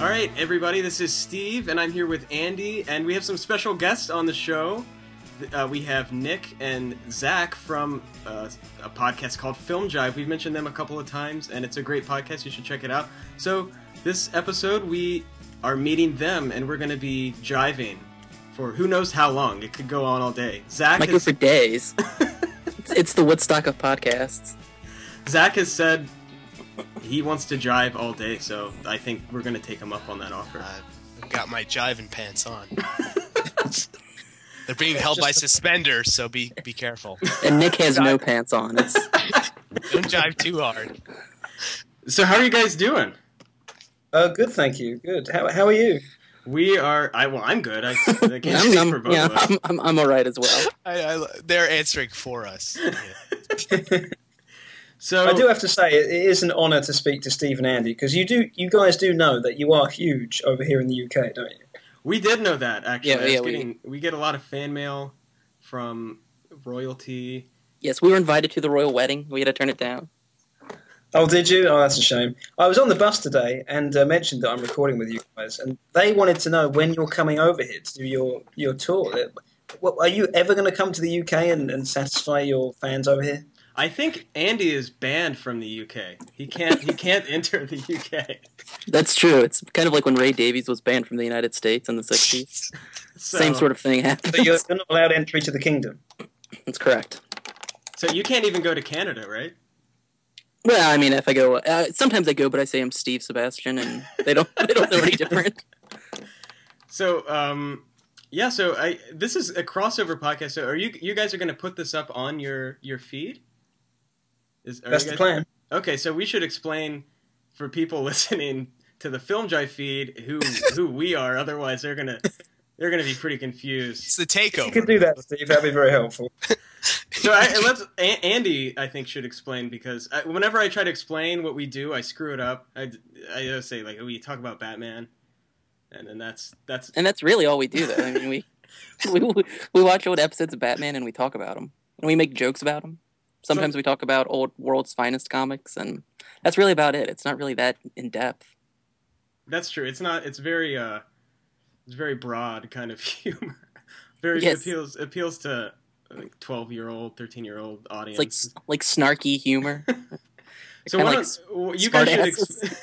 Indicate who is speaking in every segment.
Speaker 1: All right, everybody, this is Steve, and I'm here with Andy, and we have some special guests on the show. Uh, we have Nick and Zach from uh, a podcast called Film Jive. We've mentioned them a couple of times, and it's a great podcast. You should check it out. So, this episode, we are meeting them, and we're going to be jiving for who knows how long. It could go on all day. Zach,
Speaker 2: might go
Speaker 1: has,
Speaker 2: for days. it's, it's the Woodstock of podcasts.
Speaker 1: Zach has said he wants to jive all day, so I think we're going to take him up on that offer.
Speaker 3: I've got my jiving pants on. They're being held by suspenders, so be be careful.
Speaker 2: And Nick has no pants on. It's
Speaker 3: Don't jive too hard.
Speaker 1: So, how are you guys doing?
Speaker 4: Oh, good, thank you. Good. How, how are you?
Speaker 1: We are. I well, I'm good. I, I can't
Speaker 2: I'm,
Speaker 1: speak for
Speaker 2: I'm,
Speaker 1: both
Speaker 2: yeah,
Speaker 1: of us.
Speaker 2: I'm, I'm, I'm all right as well.
Speaker 3: I, I, they're answering for us.
Speaker 1: So
Speaker 4: I do have to say, it, it is an honour to speak to Steve and Andy because you do, you guys do know that you are huge over here in the UK, don't you?
Speaker 1: we did know that actually.
Speaker 2: Yeah,
Speaker 1: I was
Speaker 2: yeah, we-
Speaker 1: getting- we get a lot of fan mail from royalty.
Speaker 2: Yes, we were invited to the royal wedding. We had to turn it down.
Speaker 4: Oh, did you? Oh, that's a shame. I was on the bus today and uh, mentioned that I'm recording with you guys, and they wanted to know when you're coming over here to do your your tour. Uh, What, are you ever going to come to the UK and, and satisfy your fans over here?
Speaker 1: I think Andy is banned from the UK. He can't. He can't enter the UK.
Speaker 2: That's true. It's kind of like when Ray Davies was banned from the United States in the 60s.
Speaker 1: So,
Speaker 2: Same sort of thing happens.
Speaker 4: So you're, you're not allowed entry to the kingdom.
Speaker 2: That's correct.
Speaker 1: So you can't even go to Canada, right?
Speaker 2: Well, I mean, if I go, uh, sometimes I go, but I say I'm Steve Sebastian, and they don't they don't know any different.
Speaker 1: So um, yeah. So I this is a crossover podcast. So are you you guys are going to put this up on your your feed? Is, are
Speaker 4: That's
Speaker 1: you guys-
Speaker 4: the plan.
Speaker 1: Okay, so we should explain for people listening to the Film Jive feed who who we are. Otherwise, they're gonna they're gonna be pretty confused.
Speaker 3: It's the
Speaker 4: You could
Speaker 3: takeover.
Speaker 4: do that, Steve. That'd be very helpful.
Speaker 1: So I, and let's a- Andy, I think, should explain because I, whenever I try to explain what we do, I screw it up. I, I always say like we talk about Batman, and then that's that's
Speaker 2: And that's really all we do, though. I mean, we we we watch old episodes of Batman and we talk about them, and we make jokes about them. Sometimes we talk about old world's finest comics, and that's really about it. It's not really that in depth.
Speaker 1: that's true. It's not. It's very uh, it's very broad kind of humor. Very
Speaker 2: Yes.
Speaker 1: appeals appeals to like twelve year old, thirteen year old audience.
Speaker 2: It's like s- like snarky humor.
Speaker 1: So
Speaker 2: Kinda
Speaker 1: why
Speaker 2: like
Speaker 1: don't-
Speaker 2: s-
Speaker 1: w- you
Speaker 2: smart
Speaker 1: guys should
Speaker 2: asses.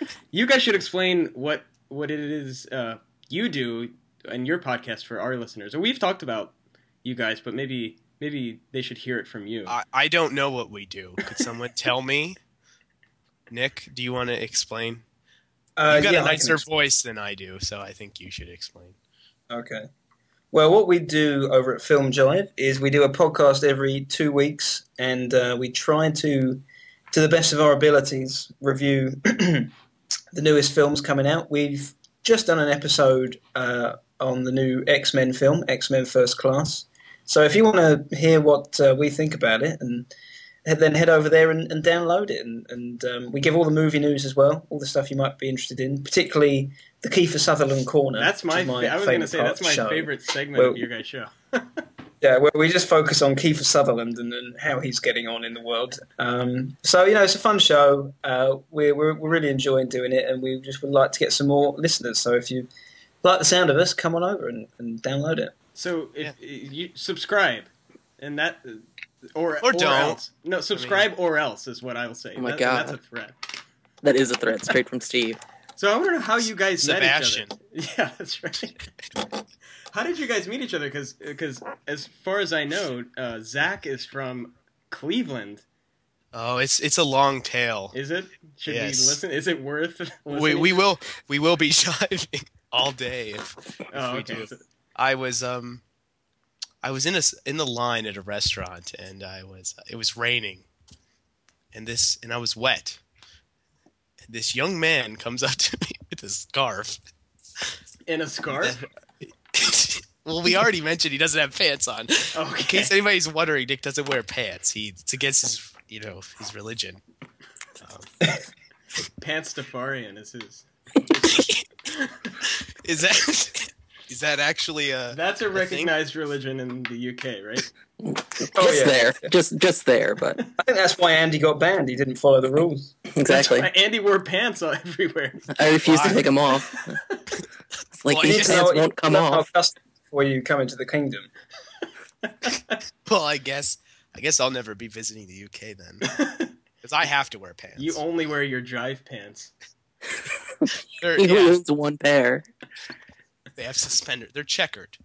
Speaker 1: ex- you guys should explain what what it is uh, you do in your podcast for our listeners. And we've talked about you guys, but maybe maybe they should hear it from you.
Speaker 4: Uh,
Speaker 3: I, I don't know what we do. Could someone tell me? Nick, do you want to explain?
Speaker 4: Uh,
Speaker 3: You've got
Speaker 4: yeah, I
Speaker 3: a
Speaker 4: can
Speaker 3: nicer
Speaker 4: explain.
Speaker 3: voice than I do, so I think you should explain.
Speaker 4: Okay. Well, what we do over at Film Jive is we do a podcast every two weeks, and uh, we try to, to the best of our abilities, review the newest films coming out. We've just done an episode uh, on the new X Men film, X Men First Class. So if you want to hear what uh, we think about it, and and then head over there and, and download it, and, and um, we give all the movie news as well, all the stuff you might be interested in, particularly the Kiefer Sutherland corner.
Speaker 1: that's
Speaker 4: which
Speaker 1: my,
Speaker 4: is
Speaker 1: fa- I was going to
Speaker 4: favourite
Speaker 1: say
Speaker 4: part
Speaker 1: that's
Speaker 4: of the
Speaker 1: my
Speaker 4: show.
Speaker 1: favorite segment
Speaker 4: Well-
Speaker 1: of your guys' show.
Speaker 4: Yeah, well, we just focus on Kiefer Sutherland and, and how he's getting on in the world. Um, so you know, it's a fun show. Uh, we're, we're we're really enjoying doing it, and we just would like to get some more listeners. So if you like the sound of us, come on over and, and download it.
Speaker 1: So if you subscribe, and that uh, or
Speaker 3: Or don't.
Speaker 1: else. no subscribe or else is what I will say.
Speaker 2: Oh my
Speaker 1: That-
Speaker 2: God.
Speaker 1: that's a threat.
Speaker 2: That is a threat straight from Steve.
Speaker 1: So I want to know how you guys
Speaker 3: Sebastian.
Speaker 1: met each other. Yeah, that's right. how did you guys meet each other? Because as far as I know, uh, Zach is from Cleveland.
Speaker 3: Oh, it's it's a long tale.
Speaker 1: Is it? Should
Speaker 3: Yes.
Speaker 1: we listen? Is it worth?
Speaker 3: We
Speaker 1: listening?
Speaker 3: we will we will be jiving all day if
Speaker 1: Oh,
Speaker 3: we
Speaker 1: okay.
Speaker 3: do.
Speaker 1: So-
Speaker 3: I was um I was in a s- in the line at a restaurant and I was it was raining and this and I was wet. This young man comes up to me with a scarf.
Speaker 1: in a scarf.
Speaker 3: well, we already mentioned he doesn't have pants on. In
Speaker 1: Okay.
Speaker 3: case anybody's wondering, Nick doesn't wear pants. He it's against his you know his religion.
Speaker 1: Pants Tafarian is his.
Speaker 3: Is that Is that actually a?
Speaker 1: That's a
Speaker 3: thing?
Speaker 1: recognized religion in the UK, right?
Speaker 2: just
Speaker 4: Oh, yeah.
Speaker 2: there, just just there, but
Speaker 4: I think that's why Andy got banned. He didn't follow the rules.
Speaker 2: exactly.
Speaker 1: That's why Andy wore pants all everywhere.
Speaker 2: I refuse
Speaker 3: Why?
Speaker 2: to take them off. It's like
Speaker 3: Why?
Speaker 2: these
Speaker 3: It's
Speaker 2: pants
Speaker 4: you
Speaker 2: won't come
Speaker 4: know our
Speaker 2: off.
Speaker 4: customs before you come into the kingdom.
Speaker 3: Well, I guess I guess I'll never be visiting the UK then, because I have to wear pants.
Speaker 1: You only wear your drive pants.
Speaker 3: They're-
Speaker 2: He
Speaker 3: yeah,
Speaker 2: owns one pair.
Speaker 3: they have suspenders. They're checkered.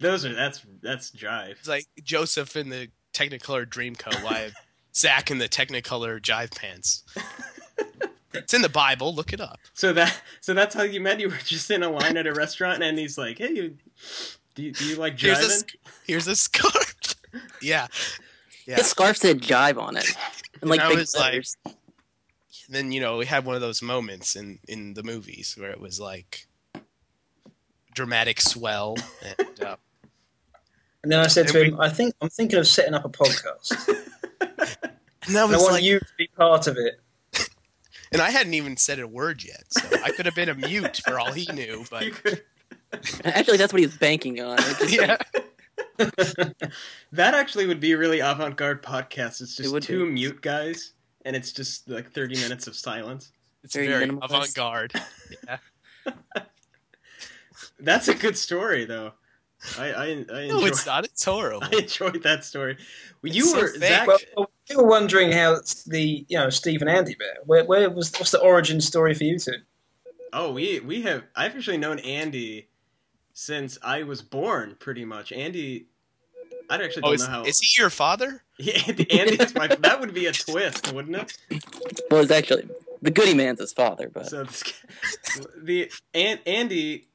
Speaker 1: Those are that's that's drive.
Speaker 3: It's like Joseph in the Technicolor Dreamcoat. Why Zach in the Technicolor Jive pants? it's in the Bible. Look it up.
Speaker 1: So that so that's how you met. You were just in a line at a restaurant, and he's like, "Hey, you, do you, do you like
Speaker 3: Here's
Speaker 1: driving?"
Speaker 3: a sc- here's a scarf. yeah. Yeah.
Speaker 2: His scarf said "jive" on it, and like
Speaker 3: I
Speaker 2: big
Speaker 3: was like-
Speaker 2: letters.
Speaker 3: then you know we had one of those moments in in the movies where it was like dramatic swell and uh,
Speaker 4: And then I said to
Speaker 3: And
Speaker 4: him, "I think I'm thinking of setting up a podcast,
Speaker 3: and that
Speaker 4: and I
Speaker 3: was
Speaker 4: want
Speaker 3: like
Speaker 4: you to be part of it."
Speaker 3: and i hadn't even said a word yet so i could have been a mute for all he knew but
Speaker 1: You could-
Speaker 2: Actually, that's what he's banking on. It's just
Speaker 3: yeah
Speaker 1: that actually would be a really avant-garde podcast. It's
Speaker 2: It
Speaker 1: just
Speaker 2: would
Speaker 1: two
Speaker 2: be.
Speaker 1: mute guys, and it's just like thirty minutes of silence.
Speaker 3: it's
Speaker 2: Very
Speaker 3: very,
Speaker 2: minimalist.
Speaker 3: avant-garde
Speaker 1: That's a good story, though. I I, I, enjoy,
Speaker 3: no it's not it's horrible
Speaker 1: I enjoyed that story. Well,
Speaker 3: It's
Speaker 1: you
Speaker 3: so
Speaker 1: were
Speaker 3: fake.
Speaker 1: Zach.
Speaker 4: Well, we were wondering how it's the you know Steve and Andy bit. Where, where was what's the origin story for you two?
Speaker 1: Oh, we we have. I've actually known Andy since I was born, pretty much. Andy, I actually don't
Speaker 3: oh
Speaker 1: know
Speaker 3: is,
Speaker 1: how.
Speaker 3: is he your father
Speaker 1: Yeah, Andy, Andy is my. that would be a twist, wouldn't it?
Speaker 2: well, it's actually the Goody Man's his father, but
Speaker 1: So this, the and, Andy,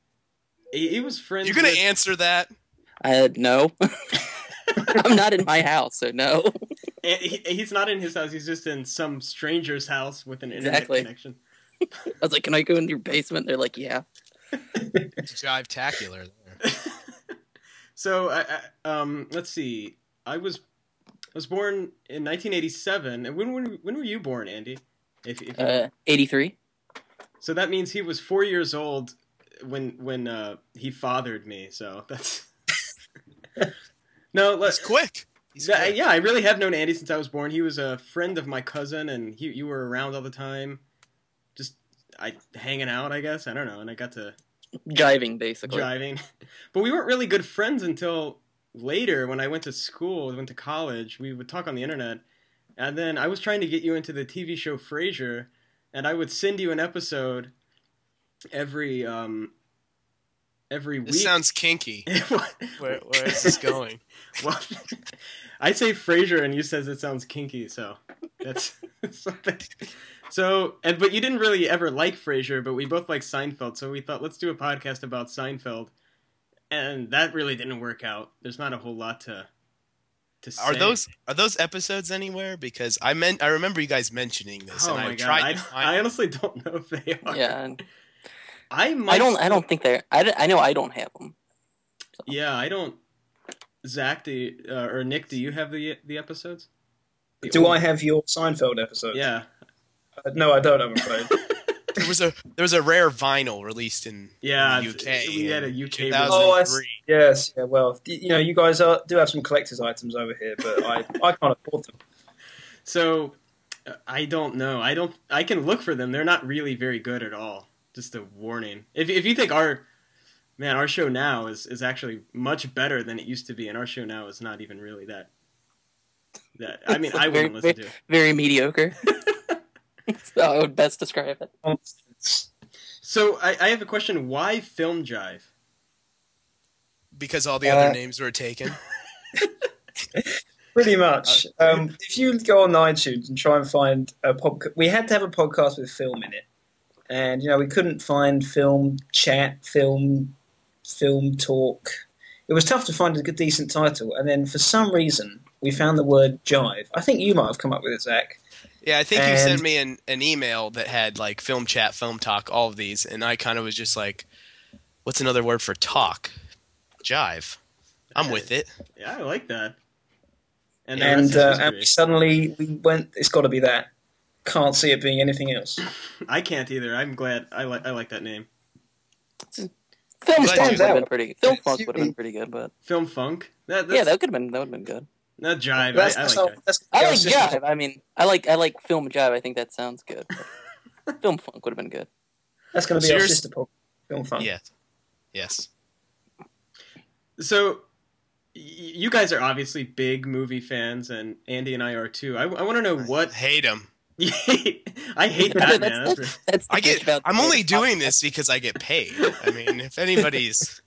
Speaker 1: he, he was friends.
Speaker 3: you're gonna
Speaker 1: with,
Speaker 3: answer that
Speaker 2: I had no. I'm not in my house, so no.
Speaker 1: and he, he's not in his house. He's just in some stranger's house with an internet
Speaker 2: Exactly.
Speaker 1: connection.
Speaker 2: I was like, "Can I go in your basement?" They're like, "Yeah."
Speaker 3: jive tacular
Speaker 1: So I, I, um, let's see. I was I was born in 1987, and when were, when were you born, Andy? If, if you-
Speaker 2: Uh, 83.
Speaker 1: so that means he was four years old when when uh, he fathered me. So that's no.
Speaker 3: he's
Speaker 1: Let's
Speaker 3: quick he's
Speaker 1: Yeah,
Speaker 3: quick.
Speaker 1: yeah, I really have known Andy since I was born. He was a friend of my cousin, and he you were around all the time, just I hanging out, I guess. I don't know, and I got to
Speaker 2: Jiving, basically.
Speaker 1: driving, but we weren't really good friends until later when I went to school, went to college. We would talk on the internet, and then I was trying to get you into the TV show Frasier, and I would send you an episode every um every
Speaker 3: this
Speaker 1: week.
Speaker 3: sounds kinky where, where is this going
Speaker 1: Well, I say Frasier, and you says it sounds kinky, so that's something. So, and but you didn't really ever like Frasier, but we both like Seinfeld, so we thought let's do a podcast about Seinfeld, and that really didn't work out. There's not a whole lot to to say.
Speaker 3: Are those are those episodes anywhere? Because I meant I remember you guys mentioning this,
Speaker 1: Oh
Speaker 3: and
Speaker 1: my
Speaker 3: I
Speaker 1: god!
Speaker 3: tried
Speaker 1: I,
Speaker 3: to find.
Speaker 1: I honestly don't know if they are.
Speaker 2: Yeah, and
Speaker 1: I might
Speaker 2: I don't. I don't think they're. I, don't- I know I don't have them.
Speaker 1: Yeah, I don't. Zach, do you, uh, or Nick, do you have the the episodes? The
Speaker 4: Do
Speaker 1: old-
Speaker 4: I have your Seinfeld episode?
Speaker 1: Yeah,
Speaker 4: Uh, no, I don't. I'm afraid.
Speaker 3: There was a there was a rare vinyl released in
Speaker 1: yeah.
Speaker 3: the
Speaker 1: it's-
Speaker 3: UK.
Speaker 1: we had a
Speaker 3: in
Speaker 1: UK.
Speaker 3: 2000.
Speaker 1: version.
Speaker 4: oh, I s-
Speaker 3: 2003.
Speaker 4: yes, yeah. Well, y- you know, you guys are, do have some collector's items over here, but I, I can't afford them.
Speaker 1: So uh, I don't know. I don't. I can look for them. They're not really very good at all. Just a warning. If if you think our man, our show now is is actually much better than it used to be, and our show now is not even really that. That I mean, I wouldn't listen to. it.
Speaker 2: Very mediocre. That's how I would best describe it.
Speaker 4: Nonsense.
Speaker 1: So I, I have a question. Why film jive?
Speaker 3: because all the
Speaker 4: Uh,
Speaker 3: other names were taken.
Speaker 4: Pretty much. Um, if you go on iTunes and try and find a podcast, we had to have a podcast with film in it, and you know we couldn't find film chat, film, film talk. It was tough to find a good decent title, and then for some reason we found the word jive. I think you might have come up with it, Zach.
Speaker 3: Yeah, I think you
Speaker 4: And-
Speaker 3: sent me an, an email that had like film chat, film talk, all of these, and I kind of was just like, "What's another word for talk? Jive. I'm with it.
Speaker 1: Yeah, I like that. And the
Speaker 4: And
Speaker 1: rest
Speaker 4: uh,
Speaker 1: is
Speaker 4: and
Speaker 1: history.
Speaker 4: we suddenly we went. It's got to be that. Can't see it being anything else.
Speaker 1: I can't either. I'm glad. I like I like that name.
Speaker 2: Film
Speaker 3: Glad
Speaker 2: funk
Speaker 3: you-
Speaker 2: would have been pretty. Film
Speaker 4: It's
Speaker 2: funk would have been
Speaker 4: unique.
Speaker 2: pretty good, but
Speaker 1: Film funk. That, that's,
Speaker 2: yeah, that could have been that would have been good.
Speaker 1: that jive.
Speaker 4: That's,
Speaker 1: I, I
Speaker 4: that's
Speaker 1: like
Speaker 4: not,
Speaker 1: that.
Speaker 4: that's
Speaker 2: I
Speaker 4: yeah,
Speaker 2: like
Speaker 4: it's just-
Speaker 2: jive. I mean, I like I like film jive. I think that sounds good. film funk would have been good.
Speaker 4: That's going to be
Speaker 3: So
Speaker 4: our
Speaker 3: you're-
Speaker 4: sister podcast. Film fun.
Speaker 3: Yes. Yes.
Speaker 1: So, y- you guys are obviously big movie fans, and Andy and I are too. I, want to know what.
Speaker 3: Hate him.
Speaker 1: I hate
Speaker 2: That's-
Speaker 1: that man.
Speaker 2: that's-
Speaker 1: That's-
Speaker 2: That's the
Speaker 3: I
Speaker 2: bitch
Speaker 3: get.
Speaker 2: about
Speaker 3: I'm only
Speaker 2: the-
Speaker 3: doing this because I get paid. I mean, if anybody's,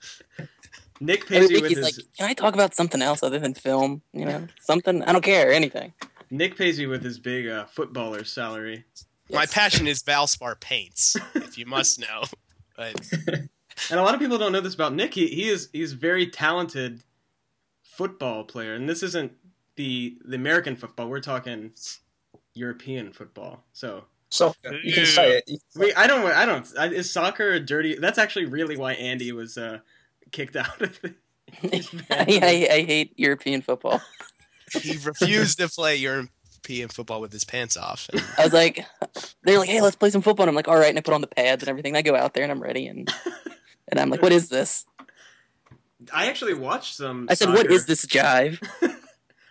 Speaker 1: Nick pays
Speaker 2: Every
Speaker 1: you
Speaker 2: week
Speaker 1: with
Speaker 2: he's
Speaker 1: his
Speaker 2: like, "Can I talk about something else other than film? You know, something I don't care anything."
Speaker 1: Nick pays you with his big uh, footballer salary.
Speaker 3: my
Speaker 2: Yes.
Speaker 3: passion is Valspar paints. If you must know, but
Speaker 1: And a lot of people don't know this about Nick. He, he is he's a very talented football player, and this isn't the the American football. We're talking European football. So
Speaker 4: Soccer. You can say it. You-
Speaker 1: we I don't I don't I, is soccer a dirty? That's actually really why Andy was uh, kicked out of it.
Speaker 2: I, I, I hate European football.
Speaker 3: he refused to play European football with his pants off. And
Speaker 2: I was like, they're like, "Hey, let's play some football." And I'm like, "All right," and I put on the pads and everything. And I go out there and I'm ready, and and I'm like, "What is this?"
Speaker 1: I actually watched some.
Speaker 2: I said,
Speaker 1: soccer.
Speaker 2: "What is this jive?"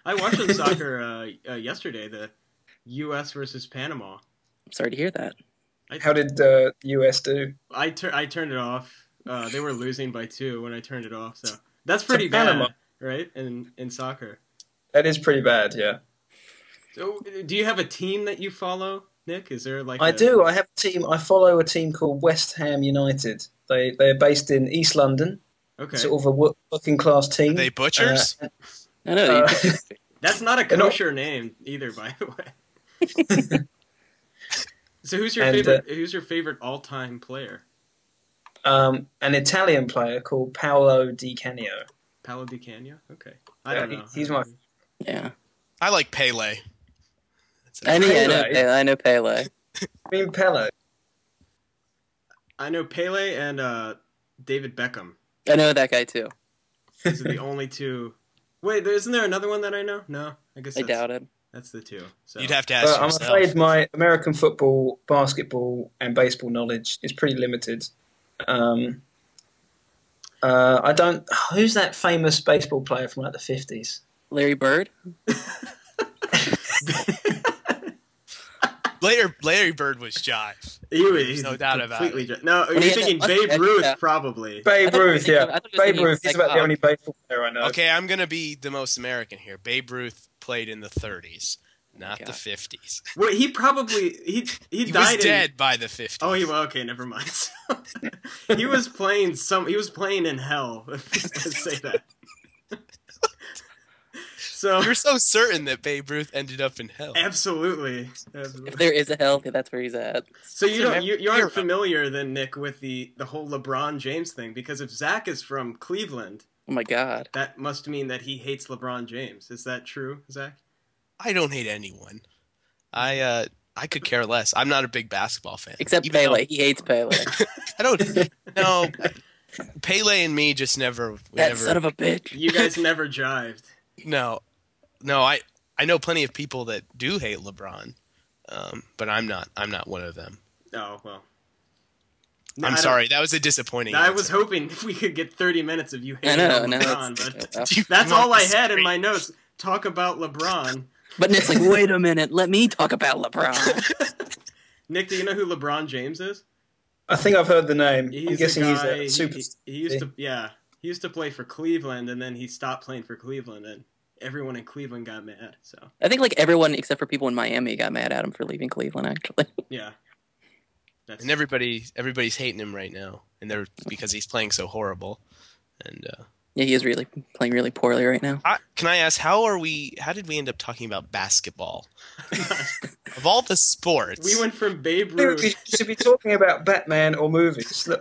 Speaker 1: I watched some soccer uh, uh, yesterday. The U.S. versus Panama.
Speaker 2: I'm sorry to hear that.
Speaker 4: How did the US do?
Speaker 1: I tur- I turned it off. Uh, they were losing by two when I turned it off. So that's pretty
Speaker 4: Panama.
Speaker 1: bad, right? In in soccer.
Speaker 4: That is pretty bad, yeah.
Speaker 1: So, do you have a team that you follow, Nick? Is there like
Speaker 4: I
Speaker 1: a-
Speaker 4: do. I have a team. I follow a team called West Ham United. They they're based in East London,
Speaker 1: Okay,
Speaker 4: sort of a wo- working class
Speaker 3: Are
Speaker 4: team.
Speaker 3: they butchers?
Speaker 2: I know.
Speaker 4: Uh,
Speaker 2: you-
Speaker 1: that's not a
Speaker 4: And all-
Speaker 1: kosher name either, by the way. so who's your
Speaker 4: And, uh,
Speaker 1: favorite? who's your favorite all-time player?
Speaker 4: um, an Italian player called Paolo Di Canio.
Speaker 1: Paolo Di Canio. Okay, I
Speaker 4: Yeah,
Speaker 1: don't
Speaker 4: he-
Speaker 1: know.
Speaker 4: he's my-
Speaker 2: yeah,
Speaker 3: I like Pele. That's
Speaker 2: I know. I know
Speaker 4: Pele.
Speaker 2: Pele. I know Pele.
Speaker 4: I mean Pele.
Speaker 1: I know Pele and uh, David Beckham.
Speaker 2: I know that guy too.
Speaker 1: These are the only two. Wait, there- isn't there another one that I know? No, I guess
Speaker 2: I
Speaker 1: that's,
Speaker 2: doubt it.
Speaker 1: That's the two. So.
Speaker 3: You'd have to ask
Speaker 4: But I'm
Speaker 3: yourself.
Speaker 4: afraid my American football, basketball, and baseball knowledge is pretty limited. Um, uh, I don't. Who's that famous baseball player from like the fifties?
Speaker 2: Larry Bird.
Speaker 3: Larry, Larry Bird was jive.
Speaker 1: You,
Speaker 3: There's no doubt about
Speaker 1: completely ju- no,
Speaker 2: he
Speaker 1: you're
Speaker 2: had that
Speaker 1: thinking
Speaker 2: mustache,
Speaker 1: Babe Ruth,
Speaker 2: yeah.
Speaker 1: probably.
Speaker 2: I
Speaker 4: Babe
Speaker 2: thought you were
Speaker 4: Ruth,
Speaker 2: thinking- I
Speaker 4: yeah.
Speaker 2: thought you were
Speaker 4: Babe
Speaker 2: thinking
Speaker 4: Ruth. He's about the
Speaker 2: psychotic.
Speaker 4: only baseball player I know.
Speaker 3: Okay, I'm gonna be the most American here. Babe Ruth played in the 30s, not
Speaker 2: God.
Speaker 3: the 50s.
Speaker 1: Wait, he probably he he,
Speaker 3: He was
Speaker 1: died. in-
Speaker 3: dead by the 50s.
Speaker 1: oh, he well, okay, never mind. he was playing some. He was playing in hell. Let's say that. so
Speaker 3: You're so certain that Babe Ruth ended up in hell.
Speaker 1: absolutely, absolutely.
Speaker 2: If there is a hell, that's where he's at.
Speaker 1: So you don't you, you
Speaker 3: Hero.
Speaker 1: aren't familiar then, Nick, with the the whole LeBron James thing because if Zach is from Cleveland,
Speaker 2: Oh my god.
Speaker 1: that must mean that he hates LeBron James. Is that true, Zach?
Speaker 3: I don't hate anyone. I uh, I could care less. I'm not a big basketball fan.
Speaker 2: Except
Speaker 3: Even
Speaker 2: Pele. He hates Pele.
Speaker 3: though- I don't. no, Pele and me just never. We
Speaker 2: that
Speaker 3: never
Speaker 2: son of a bitch.
Speaker 1: You guys never jived.
Speaker 3: no, no. I I know plenty of people that do hate LeBron, um, but I'm not. I'm not one of them.
Speaker 1: Oh well. No, I
Speaker 3: I'm
Speaker 1: don't-
Speaker 3: sorry. That was a disappointing.
Speaker 1: I
Speaker 3: answer.
Speaker 1: was hoping we could get 30 minutes of you
Speaker 2: I
Speaker 1: hating
Speaker 2: know.
Speaker 1: on
Speaker 2: No,
Speaker 1: LeBron,
Speaker 2: it's-
Speaker 1: but
Speaker 2: uh,
Speaker 3: You
Speaker 1: that's
Speaker 3: want
Speaker 1: all I
Speaker 3: the
Speaker 1: had in
Speaker 3: straight-
Speaker 1: my notes. Talk about LeBron.
Speaker 2: but Nick's like, wait a minute. Let me talk about LeBron.
Speaker 1: Nick, do you know who LeBron James is?
Speaker 4: I think I've heard the name.
Speaker 1: He's
Speaker 4: I'm guessing
Speaker 1: a
Speaker 4: he's
Speaker 1: guy,
Speaker 4: a super.
Speaker 1: he, he used to yeah, he used to play for Cleveland and then he stopped playing for Cleveland and everyone in Cleveland got mad. So,
Speaker 2: I think like everyone except for people in Miami got mad at him for leaving Cleveland. Actually,
Speaker 1: yeah. That's
Speaker 3: And everybody, everybody's hating him right now, and they're because he's playing so horrible. And uh,
Speaker 2: yeah, he is really playing really poorly right now.
Speaker 3: I, can I ask, how are we? How did we end up talking about basketball? Of all the sports,
Speaker 1: We went from Babe
Speaker 4: Dude, we
Speaker 1: Ruth.
Speaker 4: should be talking about Batman or movies. Look,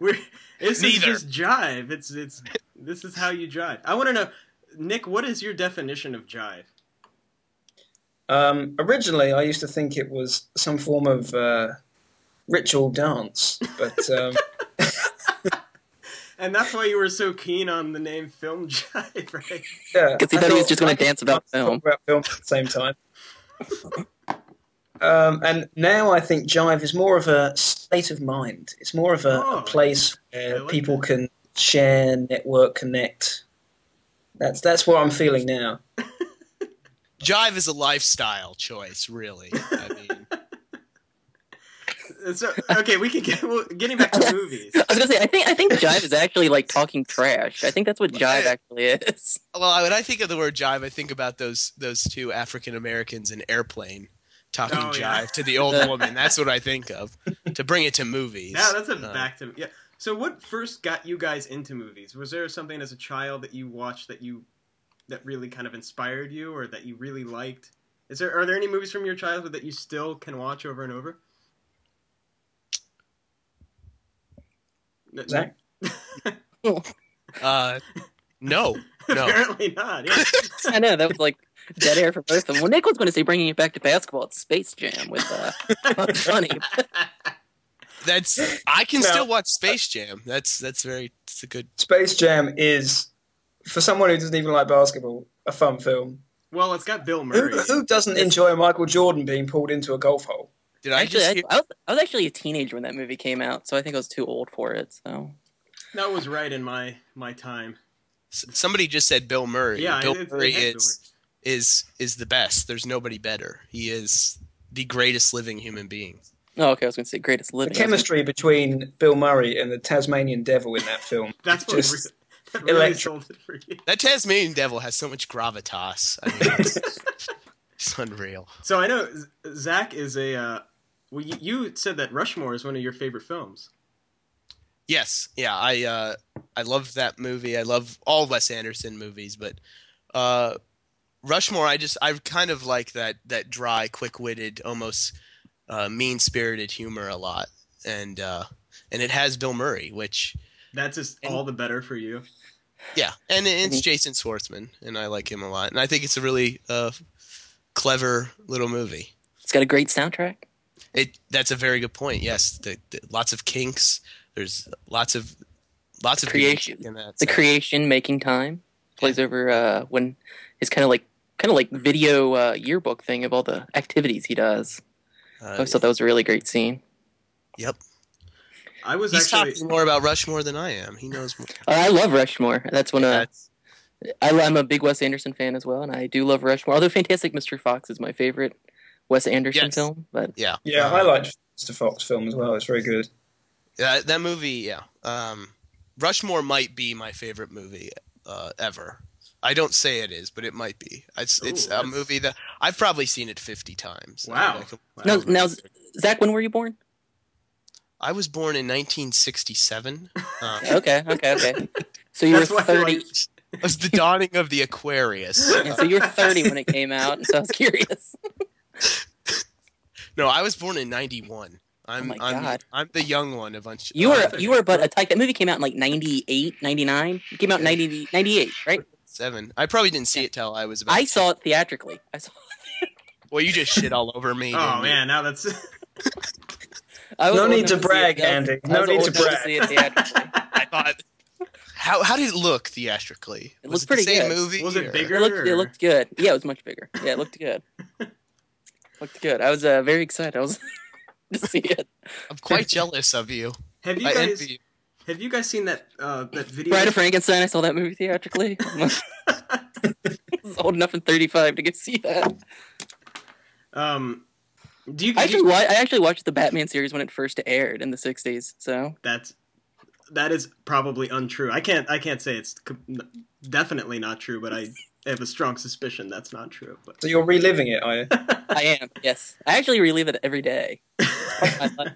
Speaker 1: We're, this
Speaker 3: Neither.
Speaker 1: is just jive. It's it's this is how you jive. I want to know, Nick, what is your definition of jive?
Speaker 4: um, originally, I used to think it was some form of uh, ritual dance, but um,
Speaker 1: And that's why you were so keen on the name Film Jive, right?
Speaker 4: yeah.
Speaker 2: Because he
Speaker 4: I
Speaker 2: thought he was
Speaker 4: thought-
Speaker 2: just going
Speaker 4: I
Speaker 2: to dance about
Speaker 4: thought
Speaker 2: film.
Speaker 4: about film at the same time. Um, and now I think Jive is more of a state of mind. It's more of a,
Speaker 1: Oh,
Speaker 4: a place
Speaker 1: I
Speaker 4: where
Speaker 1: like
Speaker 4: people can share, network, connect. That's that's what I'm feeling now.
Speaker 3: Jive is a lifestyle choice, really. I mean,
Speaker 1: So okay, we can get well, getting back to movies.
Speaker 2: I was gonna say, I think I think Jive is actually like talking trash. I think that's what Jive actually is.
Speaker 3: well, when I think of the word jive, I think about those those two African Americans in airplane talking
Speaker 1: Oh,
Speaker 3: jive
Speaker 1: yeah.
Speaker 3: to the old woman. That's what I think of to bring it to movies.
Speaker 1: Now that's a
Speaker 3: Uh,
Speaker 1: back to yeah. So what first got you guys into movies? Was there something as a child that you watched that you that really kind of inspired you or that you really liked? Is there are there any movies from your childhood that you still can watch over and over? N-
Speaker 4: Zach?
Speaker 3: Uh, no, no.
Speaker 1: Apparently not. Yeah.
Speaker 2: I know that was like dead air for both of them. Well, Nick was going to say bringing it back to basketball. It's Space Jam with uh, Bugs Bunny.
Speaker 3: That's I can
Speaker 4: No.
Speaker 3: still watch Space Jam. That's that's very it's a good.
Speaker 4: Space Jam is, for someone who doesn't even like basketball, a fun film.
Speaker 1: well, it's got Bill
Speaker 4: Who,
Speaker 1: Murray.
Speaker 4: who doesn't enjoy Michael Jordan being pulled into a golf hole?
Speaker 3: Did I
Speaker 2: Actually,
Speaker 3: just
Speaker 2: I,
Speaker 3: hear,
Speaker 2: I, was, I was actually a teenager when that movie came out, so I think I was too old for it. So
Speaker 1: That was right in my my time.
Speaker 3: s- somebody just said Bill Murray?
Speaker 1: Yeah,
Speaker 3: Bill
Speaker 1: it- it- it
Speaker 3: Murray
Speaker 1: had Bill
Speaker 3: is is is the best. There's nobody better. He is the greatest living human being.
Speaker 2: oh, okay, I was going to say greatest
Speaker 4: The
Speaker 2: living. I was
Speaker 4: chemistry between Bill Murray and the Tasmanian Devil in that film.
Speaker 1: That's what
Speaker 4: Just
Speaker 1: re- that really
Speaker 4: electric.
Speaker 1: sold it for you.
Speaker 3: That Tasmanian devil has so much gravitas. I mean, it's, it's unreal.
Speaker 1: So I know Z- Zach is a. Uh, well, you, you said that Rushmore is one of your favorite films.
Speaker 3: Yes, yeah, I uh, I love that movie. I love all Wes Anderson movies, but uh, Rushmore, I just I kind of like that that dry, quick-witted, almost uh, mean-spirited humor a lot, and uh, and it has Bill Murray, which
Speaker 1: That's just all the better for you.
Speaker 3: yeah, and it's
Speaker 2: Mhm.
Speaker 3: Jason Schwartzman, and I like him a lot, and I think it's a really uh, clever little movie.
Speaker 2: It's got a great soundtrack.
Speaker 3: It that's a very good point. Yes, the, the, lots of kinks. There's lots of lots of
Speaker 2: Creation.
Speaker 3: music in that.
Speaker 2: The
Speaker 3: so-
Speaker 2: creation making time plays over uh, when his kind of like kind of like video uh, yearbook thing of all the activities he does. I
Speaker 3: uh,
Speaker 2: always thought that was a really great scene.
Speaker 3: yep.
Speaker 1: I was
Speaker 3: He's
Speaker 1: actually.
Speaker 3: talking more about Rushmore than I am. He knows more.
Speaker 2: Uh, I love Rushmore. That's when uh,
Speaker 3: That's-
Speaker 2: I, I'm a big Wes Anderson fan as well, and I do love Rushmore. Although Fantastic Mr. Fox is my favorite Wes Anderson
Speaker 3: Yes.
Speaker 2: film, but
Speaker 3: yeah,
Speaker 4: Yeah,
Speaker 3: Um,
Speaker 4: I liked Mr. Fox film as well. It's very good.
Speaker 3: that, that movie. Yeah, um, Rushmore might be my favorite movie uh, ever. I don't say it is, but it might be. It's
Speaker 1: Ooh,
Speaker 3: it's a
Speaker 1: that's-
Speaker 3: movie that I've probably seen it fifty times. I
Speaker 1: Wow.
Speaker 3: mean, I, could-
Speaker 1: Wow.
Speaker 2: No, now Zach, when were you born?
Speaker 3: I was born in 1967. Um,
Speaker 2: Okay, okay, okay. So you were
Speaker 1: That's why I
Speaker 2: thirty.
Speaker 1: like-
Speaker 3: it was the dawning of the Aquarius.
Speaker 2: Yeah, so you were thirty when it came out. So I was curious.
Speaker 3: No, I was born in '91. I'm
Speaker 2: Oh my
Speaker 3: I'm,
Speaker 2: God.
Speaker 3: I'm the young one of uh, bunch.
Speaker 2: You were
Speaker 1: okay.
Speaker 2: you were but a type. That movie came out in like 98, 99. It came out in 90, 98, right?
Speaker 3: seven. I probably didn't see it till I was about.
Speaker 2: I saw it theatrically. I saw.
Speaker 3: Well, you just shit all over me. didn't
Speaker 1: Oh
Speaker 3: you?
Speaker 1: man, now that's.
Speaker 2: I was
Speaker 4: No
Speaker 2: old
Speaker 4: need to
Speaker 2: enough see
Speaker 4: brag,
Speaker 2: it. I was-
Speaker 4: Andy.
Speaker 2: I
Speaker 4: No
Speaker 2: was
Speaker 4: need
Speaker 2: old
Speaker 4: to
Speaker 2: enough
Speaker 4: brag.
Speaker 2: see it theatrically.
Speaker 3: I thought. How how did it look theatrically?
Speaker 2: It
Speaker 3: was
Speaker 2: looked
Speaker 3: it
Speaker 2: pretty
Speaker 3: the same
Speaker 2: good.
Speaker 3: movie?
Speaker 1: Was it
Speaker 3: or-
Speaker 1: bigger?
Speaker 2: It looked, it looked good. Yeah, it was much bigger. Yeah, it looked good. looked good. I was uh, very excited. I was to see it.
Speaker 3: I'm quite jealous of you.
Speaker 1: Have you
Speaker 3: I
Speaker 1: guys
Speaker 3: envy you.
Speaker 1: have you guys seen that uh, that video?
Speaker 2: Bride of Frankenstein. I saw that movie theatrically. I was old enough in thirty five to go see that.
Speaker 1: um, do you?
Speaker 2: I
Speaker 1: do
Speaker 2: actually,
Speaker 1: you-
Speaker 2: wa- I actually watched the Batman series when it first aired in the '60s. So
Speaker 1: that's that is probably untrue. I can't I can't say it's com- n- definitely not true, but I have a strong suspicion that's not true. But
Speaker 4: So you're reliving it, are you?
Speaker 2: I am. Yes, I actually relive it every day. I like-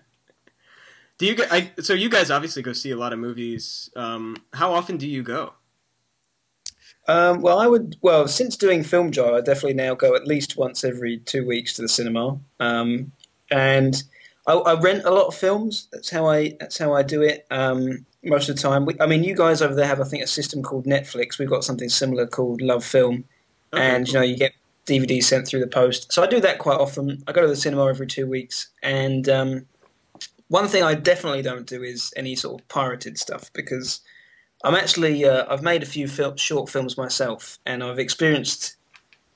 Speaker 1: Do you? gu- I, so you guys obviously go see a lot of movies. Um, how often do you go?
Speaker 4: Um, well, I would. Well, since doing Film Jar, I definitely now go at least once every two weeks to the cinema, um, and I, I rent a lot of films. That's how I. That's how I do it um, most of the time. We, I mean, you guys over there have, I think, a system called Netflix. We've got something similar called Love Film,
Speaker 1: Okay,
Speaker 4: and
Speaker 1: cool.
Speaker 4: you know, you get DVDs sent through the post. So I do that quite often. I go to the cinema every two weeks, and um, one thing I definitely don't do is any sort of pirated stuff because I'm actually uh, I've made a few fil- short films myself, and I've experienced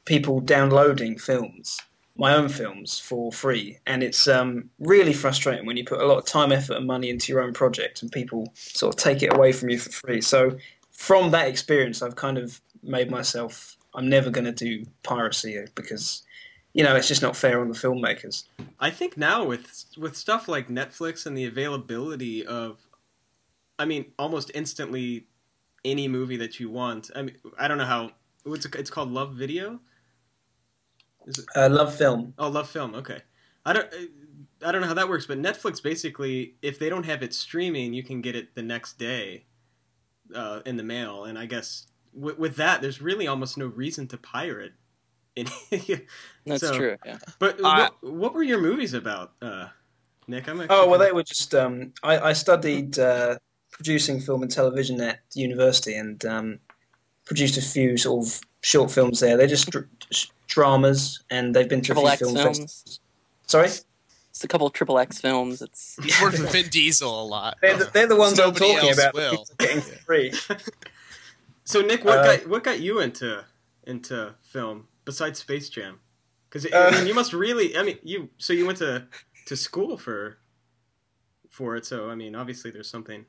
Speaker 4: people downloading films my own films for free, and it's um, really frustrating when you put a lot of time, effort, and money into your own project, and people sort of take it away from you for free. So, from that experience, I've kind of made myself. I'm never going to do piracy because, you know, it's just not fair on the filmmakers.
Speaker 1: I think now with with stuff like Netflix and the availability of, I mean, almost instantly, any movie that you want. I mean, I don't know how what's it, it's called Love Video.
Speaker 4: Uh, love film.
Speaker 1: Oh, Love Film. Okay, I don't. I don't know how that works, but Netflix basically, if they don't have it streaming, you can get it the next day uh, in the mail. And I guess with, with that, there's really almost no reason to pirate. And-
Speaker 2: That's
Speaker 1: So-
Speaker 2: true. Yeah.
Speaker 1: but
Speaker 3: I-
Speaker 1: what, what were your movies about, uh, Nick? I'm actually-
Speaker 4: Oh well, they were just. Um, I, I studied uh, producing film and television at university, and um, produced a few sort of short films there. They're just dr- sh- dramas, and they've been to
Speaker 2: Triple
Speaker 4: a
Speaker 2: X
Speaker 4: few film
Speaker 2: films.
Speaker 4: festivals. Sorry,
Speaker 2: It's a couple of triple X films. It's
Speaker 3: He's worked with Vin Diesel a lot. Uh,
Speaker 4: they're the, they're the ones I'm
Speaker 3: Nobody
Speaker 4: talking
Speaker 3: else
Speaker 4: about.
Speaker 3: will.
Speaker 4: people Getting for free.
Speaker 1: So Nick, what
Speaker 4: Uh,
Speaker 1: got what got you into into film besides Space Jam? Because
Speaker 4: Uh,
Speaker 1: I mean, you must really. I mean, you. So you went to to school for for it. So I mean, obviously, there's something.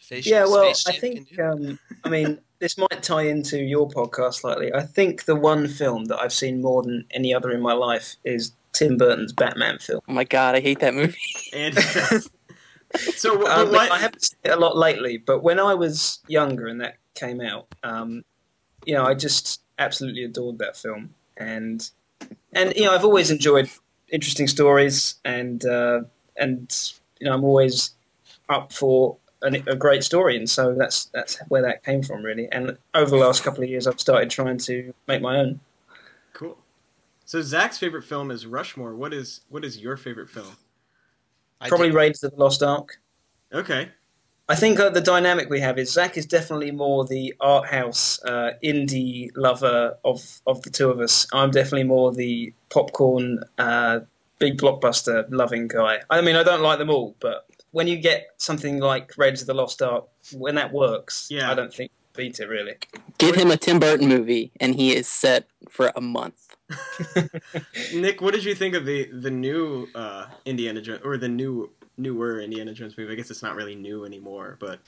Speaker 3: Fish-
Speaker 4: Yeah, well,
Speaker 3: Space
Speaker 4: I
Speaker 3: Jam
Speaker 4: think.
Speaker 3: can do it.
Speaker 4: Um, I mean, this might tie into your podcast slightly. I think the one film that I've seen more than any other in my life is Tim Burton's Batman film.
Speaker 2: oh my god, I hate that movie.
Speaker 1: And so what?
Speaker 4: Um,
Speaker 1: what
Speaker 4: I haven't seen it a lot lately, but when I was younger and that came out, um, you know, I just absolutely adored that film, and and you know, I've always enjoyed interesting stories, and uh, and you know, I'm always up for an, a great story, and so that's that's where that came from, really. And over the last couple of years, I've started trying to make my own.
Speaker 1: cool. So Zach's favorite film is Rushmore. What is what is your favorite film?
Speaker 3: I
Speaker 4: Probably
Speaker 3: did-
Speaker 4: Raiders of the Lost Ark.
Speaker 1: Okay.
Speaker 4: I think uh, the dynamic we have is Zach is definitely more the art house uh, indie lover of of the two of us. I'm definitely more the popcorn uh, big blockbuster loving guy. I mean, I don't like them all, but when you get something like Raiders of the Lost Ark, when that works,
Speaker 1: Yeah.
Speaker 4: I don't think you can beat it really.
Speaker 2: Give him a Tim Burton movie, and he is set for a month.
Speaker 1: Nick, what did you think of the the new uh, Indiana Jones or the new newer Indiana Jones movie? I guess it's not really new anymore, but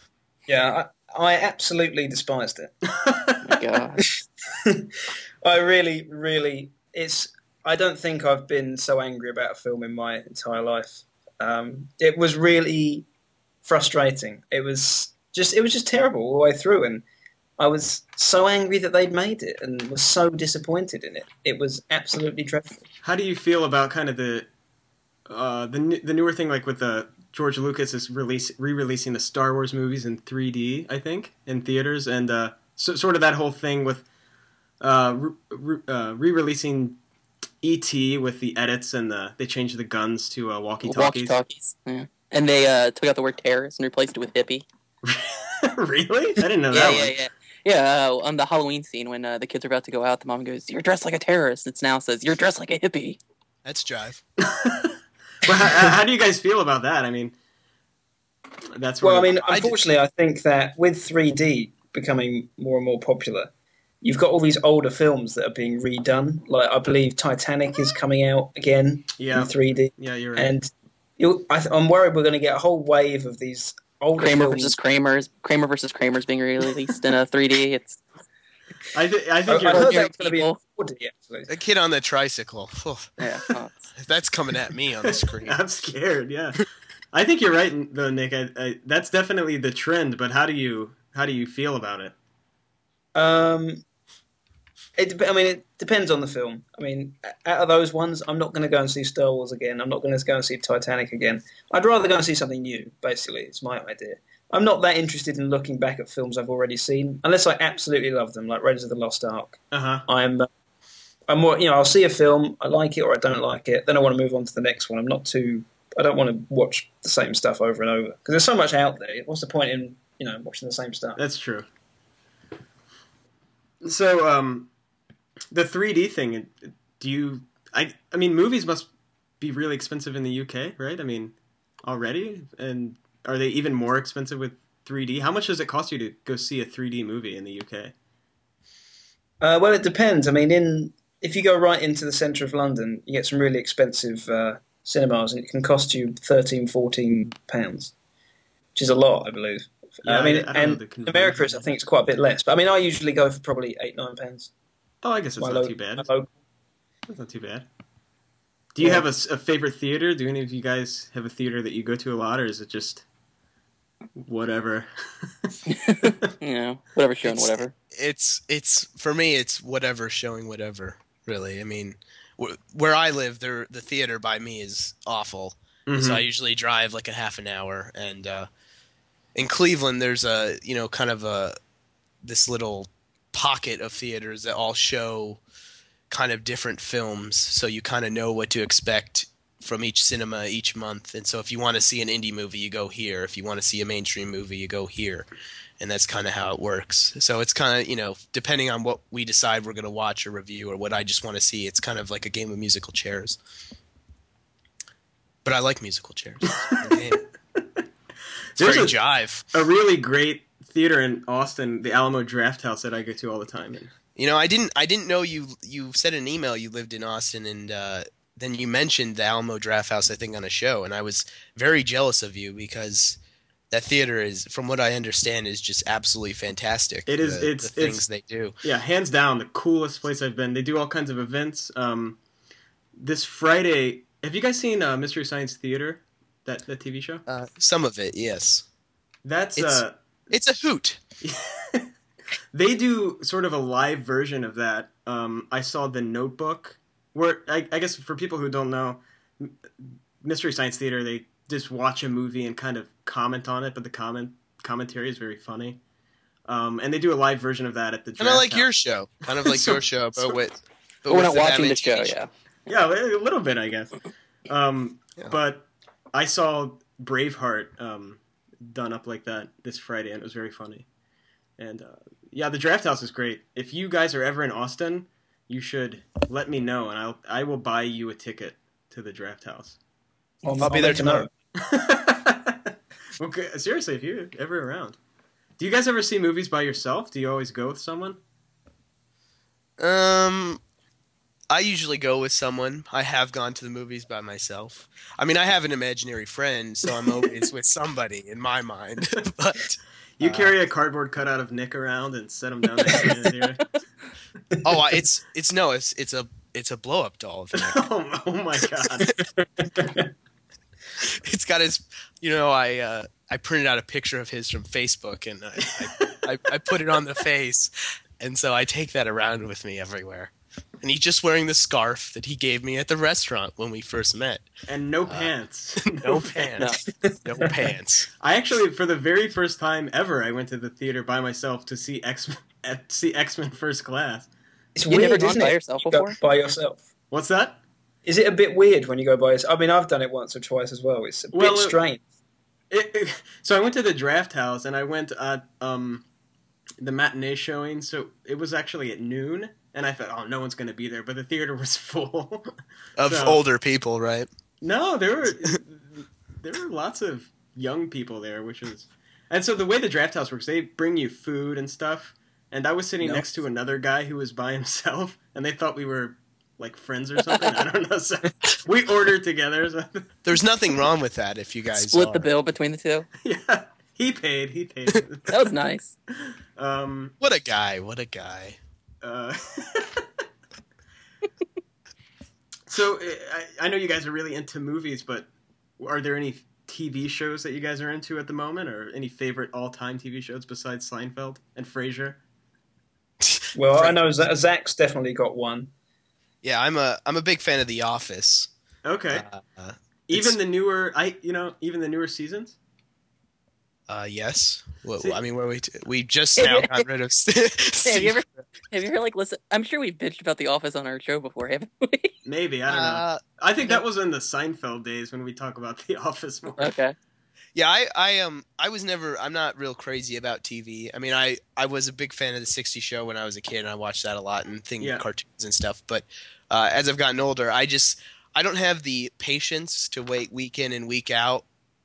Speaker 4: Yeah, I, I absolutely despised it.
Speaker 2: Oh My god.
Speaker 4: I really, really, it's. I don't think I've been so angry about a film in my entire life. Um, it was really frustrating. It was just, it was just terrible all the way through, and I was so angry that they'd made it, and was so disappointed in it. It was absolutely dreadful.
Speaker 1: How do you feel about kind of the uh, the n- the newer thing, like with the George Lucas is release re-releasing the Star Wars movies in 3D, I think, in theaters, and uh, so, sort of that whole thing with uh, re- re- uh, re-releasing ET with the edits and the they changed the guns to uh, walkie
Speaker 2: Walkie
Speaker 1: talkies.
Speaker 2: talkies. Yeah. And they uh, took out the word terrorist and replaced it with hippie.
Speaker 1: really? I didn't
Speaker 3: Oh,
Speaker 1: know
Speaker 2: yeah,
Speaker 1: that
Speaker 2: yeah,
Speaker 1: one.
Speaker 2: yeah. Yeah, uh, on the Halloween scene when uh, the kids are about to go out, the mom goes, "You're dressed like a terrorist." It's now says, "You're dressed like a hippie."
Speaker 3: That's Jive.
Speaker 1: Well, how, how do you guys feel about that? I mean, that's where
Speaker 4: Well, I mean,
Speaker 3: I did-
Speaker 4: unfortunately, I think that with 3D becoming more and more popular, you've got all these older films that are being redone. Like I believe Titanic is coming out again
Speaker 1: yeah,
Speaker 4: in 3D.
Speaker 1: yeah, you're right.
Speaker 4: and you I th- I'm worried we're going to get a whole wave of these
Speaker 3: Oh,
Speaker 4: older
Speaker 2: Kramer
Speaker 4: films.
Speaker 2: versus Kramer's Kramer versus Kramer's being released in a 3D. It's
Speaker 1: I, th- I
Speaker 4: I,
Speaker 1: think
Speaker 4: I
Speaker 1: you're.
Speaker 4: heard
Speaker 2: ordinary
Speaker 4: that was going to be
Speaker 2: people.
Speaker 4: awarded, actually.
Speaker 3: That kid on the tricycle. Oh,
Speaker 2: yeah, oh, it's-
Speaker 3: that's coming at me on the screen.
Speaker 1: I'm scared. Yeah, I think you're right though, Nick. I, I, that's definitely the trend. But how do you how do you feel about it?
Speaker 4: Um, it, dep- I mean, it depends on the film. I mean, o- out of those ones, I'm not going to go and see Star Wars again. I'm not going to go and see Titanic again. I'd rather go and see something new. Basically, it's my idea. I'm not that interested in looking back at films I've already seen, unless I absolutely love them, like Raiders of the Lost Ark.
Speaker 1: Uh huh.
Speaker 4: I'm I'm more you know I'll see a film I like it or I don't like it then I want to move on to the next one I'm not too I don't want to watch the same stuff over and over because there's so much out there what's the point in you know watching the same stuff
Speaker 1: That's true. So, um, the 3D thing. Do you? I I mean, movies must be really expensive in the UK, right? I mean, already, and are they even more expensive with 3D? How much does it cost you to go see a 3D movie in the UK?
Speaker 4: uh, well it depends I mean in if you go right into the centre of London, you get some really expensive uh, cinemas, and it can cost you 13, 14 pounds, which is a lot, I believe.
Speaker 1: Yeah,
Speaker 4: I mean,
Speaker 1: I don't know
Speaker 4: and
Speaker 1: the
Speaker 4: in
Speaker 1: conversion.
Speaker 4: America, it's, I think it's quite a bit less. But I mean, I usually go for probably eight, nine pounds.
Speaker 1: Oh, I guess it's
Speaker 4: My
Speaker 1: not
Speaker 4: lo-
Speaker 1: too bad.
Speaker 4: my local-
Speaker 1: That's not too bad. Do you
Speaker 4: Yeah.
Speaker 1: have a, s- a favorite theater? Do any of you guys have a theater that you go to a lot, or is it just whatever?
Speaker 2: you know, whatever show and
Speaker 3: It's-
Speaker 2: whatever.
Speaker 3: it's it's for me it's whatever showing whatever really i mean wh- where i live there the theater by me is awful so i
Speaker 1: Mhm.
Speaker 3: usually drive like a half an hour and uh in cleveland there's a you know kind of a this little pocket of theaters that all show kind of different films so you kind of know what to expect from each cinema each month and so if you want to see an indie movie you go here if you want to see a mainstream movie you go here and that's kind of how it works so it's kind of you know depending on what we decide we're going to watch or review or what i just want to see it's kind of like a game of musical chairs but i like musical chairs It's a game. It's
Speaker 1: There's
Speaker 3: very
Speaker 1: a-
Speaker 3: jive
Speaker 1: a really great theater in Austin, the Alamo Draft House, that I go to all the time. And
Speaker 3: You know, I didn't I didn't know you you said in an email you lived in Austin and uh, then you mentioned the Alamo Draft House I think on a show and I was very jealous of you because that theater is from what I understand is just absolutely fantastic.
Speaker 1: It is-
Speaker 3: the,
Speaker 1: it's-
Speaker 3: the things
Speaker 1: it's-
Speaker 3: they do.
Speaker 1: yeah, hands down, the coolest place I've been. They do all kinds of events. Um, this Friday, have you guys seen uh, Mystery Science Theater? That that TV show?
Speaker 3: Uh, some of it, yes.
Speaker 1: That's
Speaker 3: It's-
Speaker 1: uh,
Speaker 3: It's a hoot.
Speaker 1: they do sort of a live version of that. Um, I saw the Notebook, where I, I guess for people who don't know, M- Mystery Science Theater, they just watch a movie and kind of comment on it, but the comment commentary is very funny. Um, and they do a live version of that at the.
Speaker 3: Kind of
Speaker 1: Draft
Speaker 3: like
Speaker 1: House.
Speaker 3: your show. Kind of like
Speaker 1: So-
Speaker 3: your show, but
Speaker 1: so-
Speaker 3: with but
Speaker 2: But we're
Speaker 3: with
Speaker 2: not
Speaker 3: the
Speaker 2: watching
Speaker 3: Batman
Speaker 2: the show,
Speaker 3: TV
Speaker 2: yeah.
Speaker 1: yeah, a little bit, I guess. Um,
Speaker 3: Yeah.
Speaker 1: But I saw Braveheart um, done up like that this Friday, and it was very funny. And uh, yeah, the Draft House is great. If you guys are ever in Austin, you should let me know, and I'll I will buy you a ticket to the Draft House.
Speaker 4: I'll,
Speaker 3: I'll be there
Speaker 4: let you know.
Speaker 3: tomorrow.
Speaker 1: okay, seriously, if you're ever around, do you guys ever see movies by yourself? Do you always go with someone?
Speaker 3: Um, I usually go with someone. I have gone to the movies by myself. I mean, I have an imaginary friend, so I'm always with somebody in my mind. but
Speaker 1: You
Speaker 3: Uh,
Speaker 1: carry a cardboard cutout of Nick around and set him down next to you in the theater.
Speaker 3: oh, I- it's it's no, it's it's a it's a blow up doll. Of Nick.
Speaker 1: oh, oh my god.
Speaker 3: It's got his, you know, I uh, I printed out a picture of his from Facebook and I I, I, I put it on the face, and so I take that around with me everywhere. And he's just wearing the scarf that he gave me at the restaurant when we first met.
Speaker 1: and no pants.
Speaker 3: Uh, No pants. No pants.
Speaker 1: I actually, for the very first time ever, I went to the theater by myself to see X see X Men First Class.
Speaker 4: It's
Speaker 2: You never
Speaker 4: weird,
Speaker 2: gone
Speaker 4: isn't
Speaker 2: by
Speaker 4: it?
Speaker 2: yourself
Speaker 4: You go
Speaker 2: before?
Speaker 4: by yourself.
Speaker 1: What's that?
Speaker 4: Is it a bit weird when you go by yourself? I mean, I've done it once or twice as well. uh, It's a
Speaker 1: Well,
Speaker 4: bit
Speaker 1: it-
Speaker 4: strange.
Speaker 1: It, it- so I went to the Draft House and I went at um, the matinee showing. So it was actually at noon, and I thought, oh, no one's going to be there, but the theater was full.
Speaker 3: of
Speaker 1: So-
Speaker 3: older people, right?
Speaker 1: No, there were there were lots of young people there, which is and so the way the draft house works, they bring you food and stuff. And I was sitting
Speaker 4: No.
Speaker 1: next to another guy who was by himself, and they thought we were like friends or something. I don't know. So we ordered together. So,
Speaker 3: There's nothing wrong with that if you guys
Speaker 2: Split the
Speaker 3: are.
Speaker 2: bill between the two.
Speaker 1: yeah, he paid. He paid.
Speaker 2: That was nice.
Speaker 1: um,
Speaker 3: What a guy! What a guy!
Speaker 1: uh, so uh, I, I know you guys are really into movies, but are there any TV shows that you guys are into at the moment, or any favorite all-time TV shows besides Seinfeld and Frasier?
Speaker 4: Well, I know Z- Zach's definitely got one.
Speaker 3: Yeah, I'm a I'm a big fan of The Office.
Speaker 1: Okay,
Speaker 3: Uh,
Speaker 1: even
Speaker 3: it's-
Speaker 1: the newer, I you know, even the newer seasons.
Speaker 3: uh, yes. Well,
Speaker 1: See-
Speaker 3: I mean, where we t- we just now got rid of. St-
Speaker 2: Hey, have
Speaker 3: Steve.
Speaker 2: you ever have you ever like listen I'm sure we've bitched about The Office on our show before, haven't we?
Speaker 1: Maybe I don't know.
Speaker 3: Uh,
Speaker 1: I think that was in the Seinfeld days when we talk about The Office more.
Speaker 3: Uh,
Speaker 2: Okay.
Speaker 3: yeah, I I um I was never I'm not real crazy about TV. I mean, I I was a big fan of the '60s show when I was a kid, and I watched that a lot and thing
Speaker 1: Yeah.
Speaker 3: cartoons and stuff. But uh, as I've gotten older, I just I don't have the patience to wait week in and week out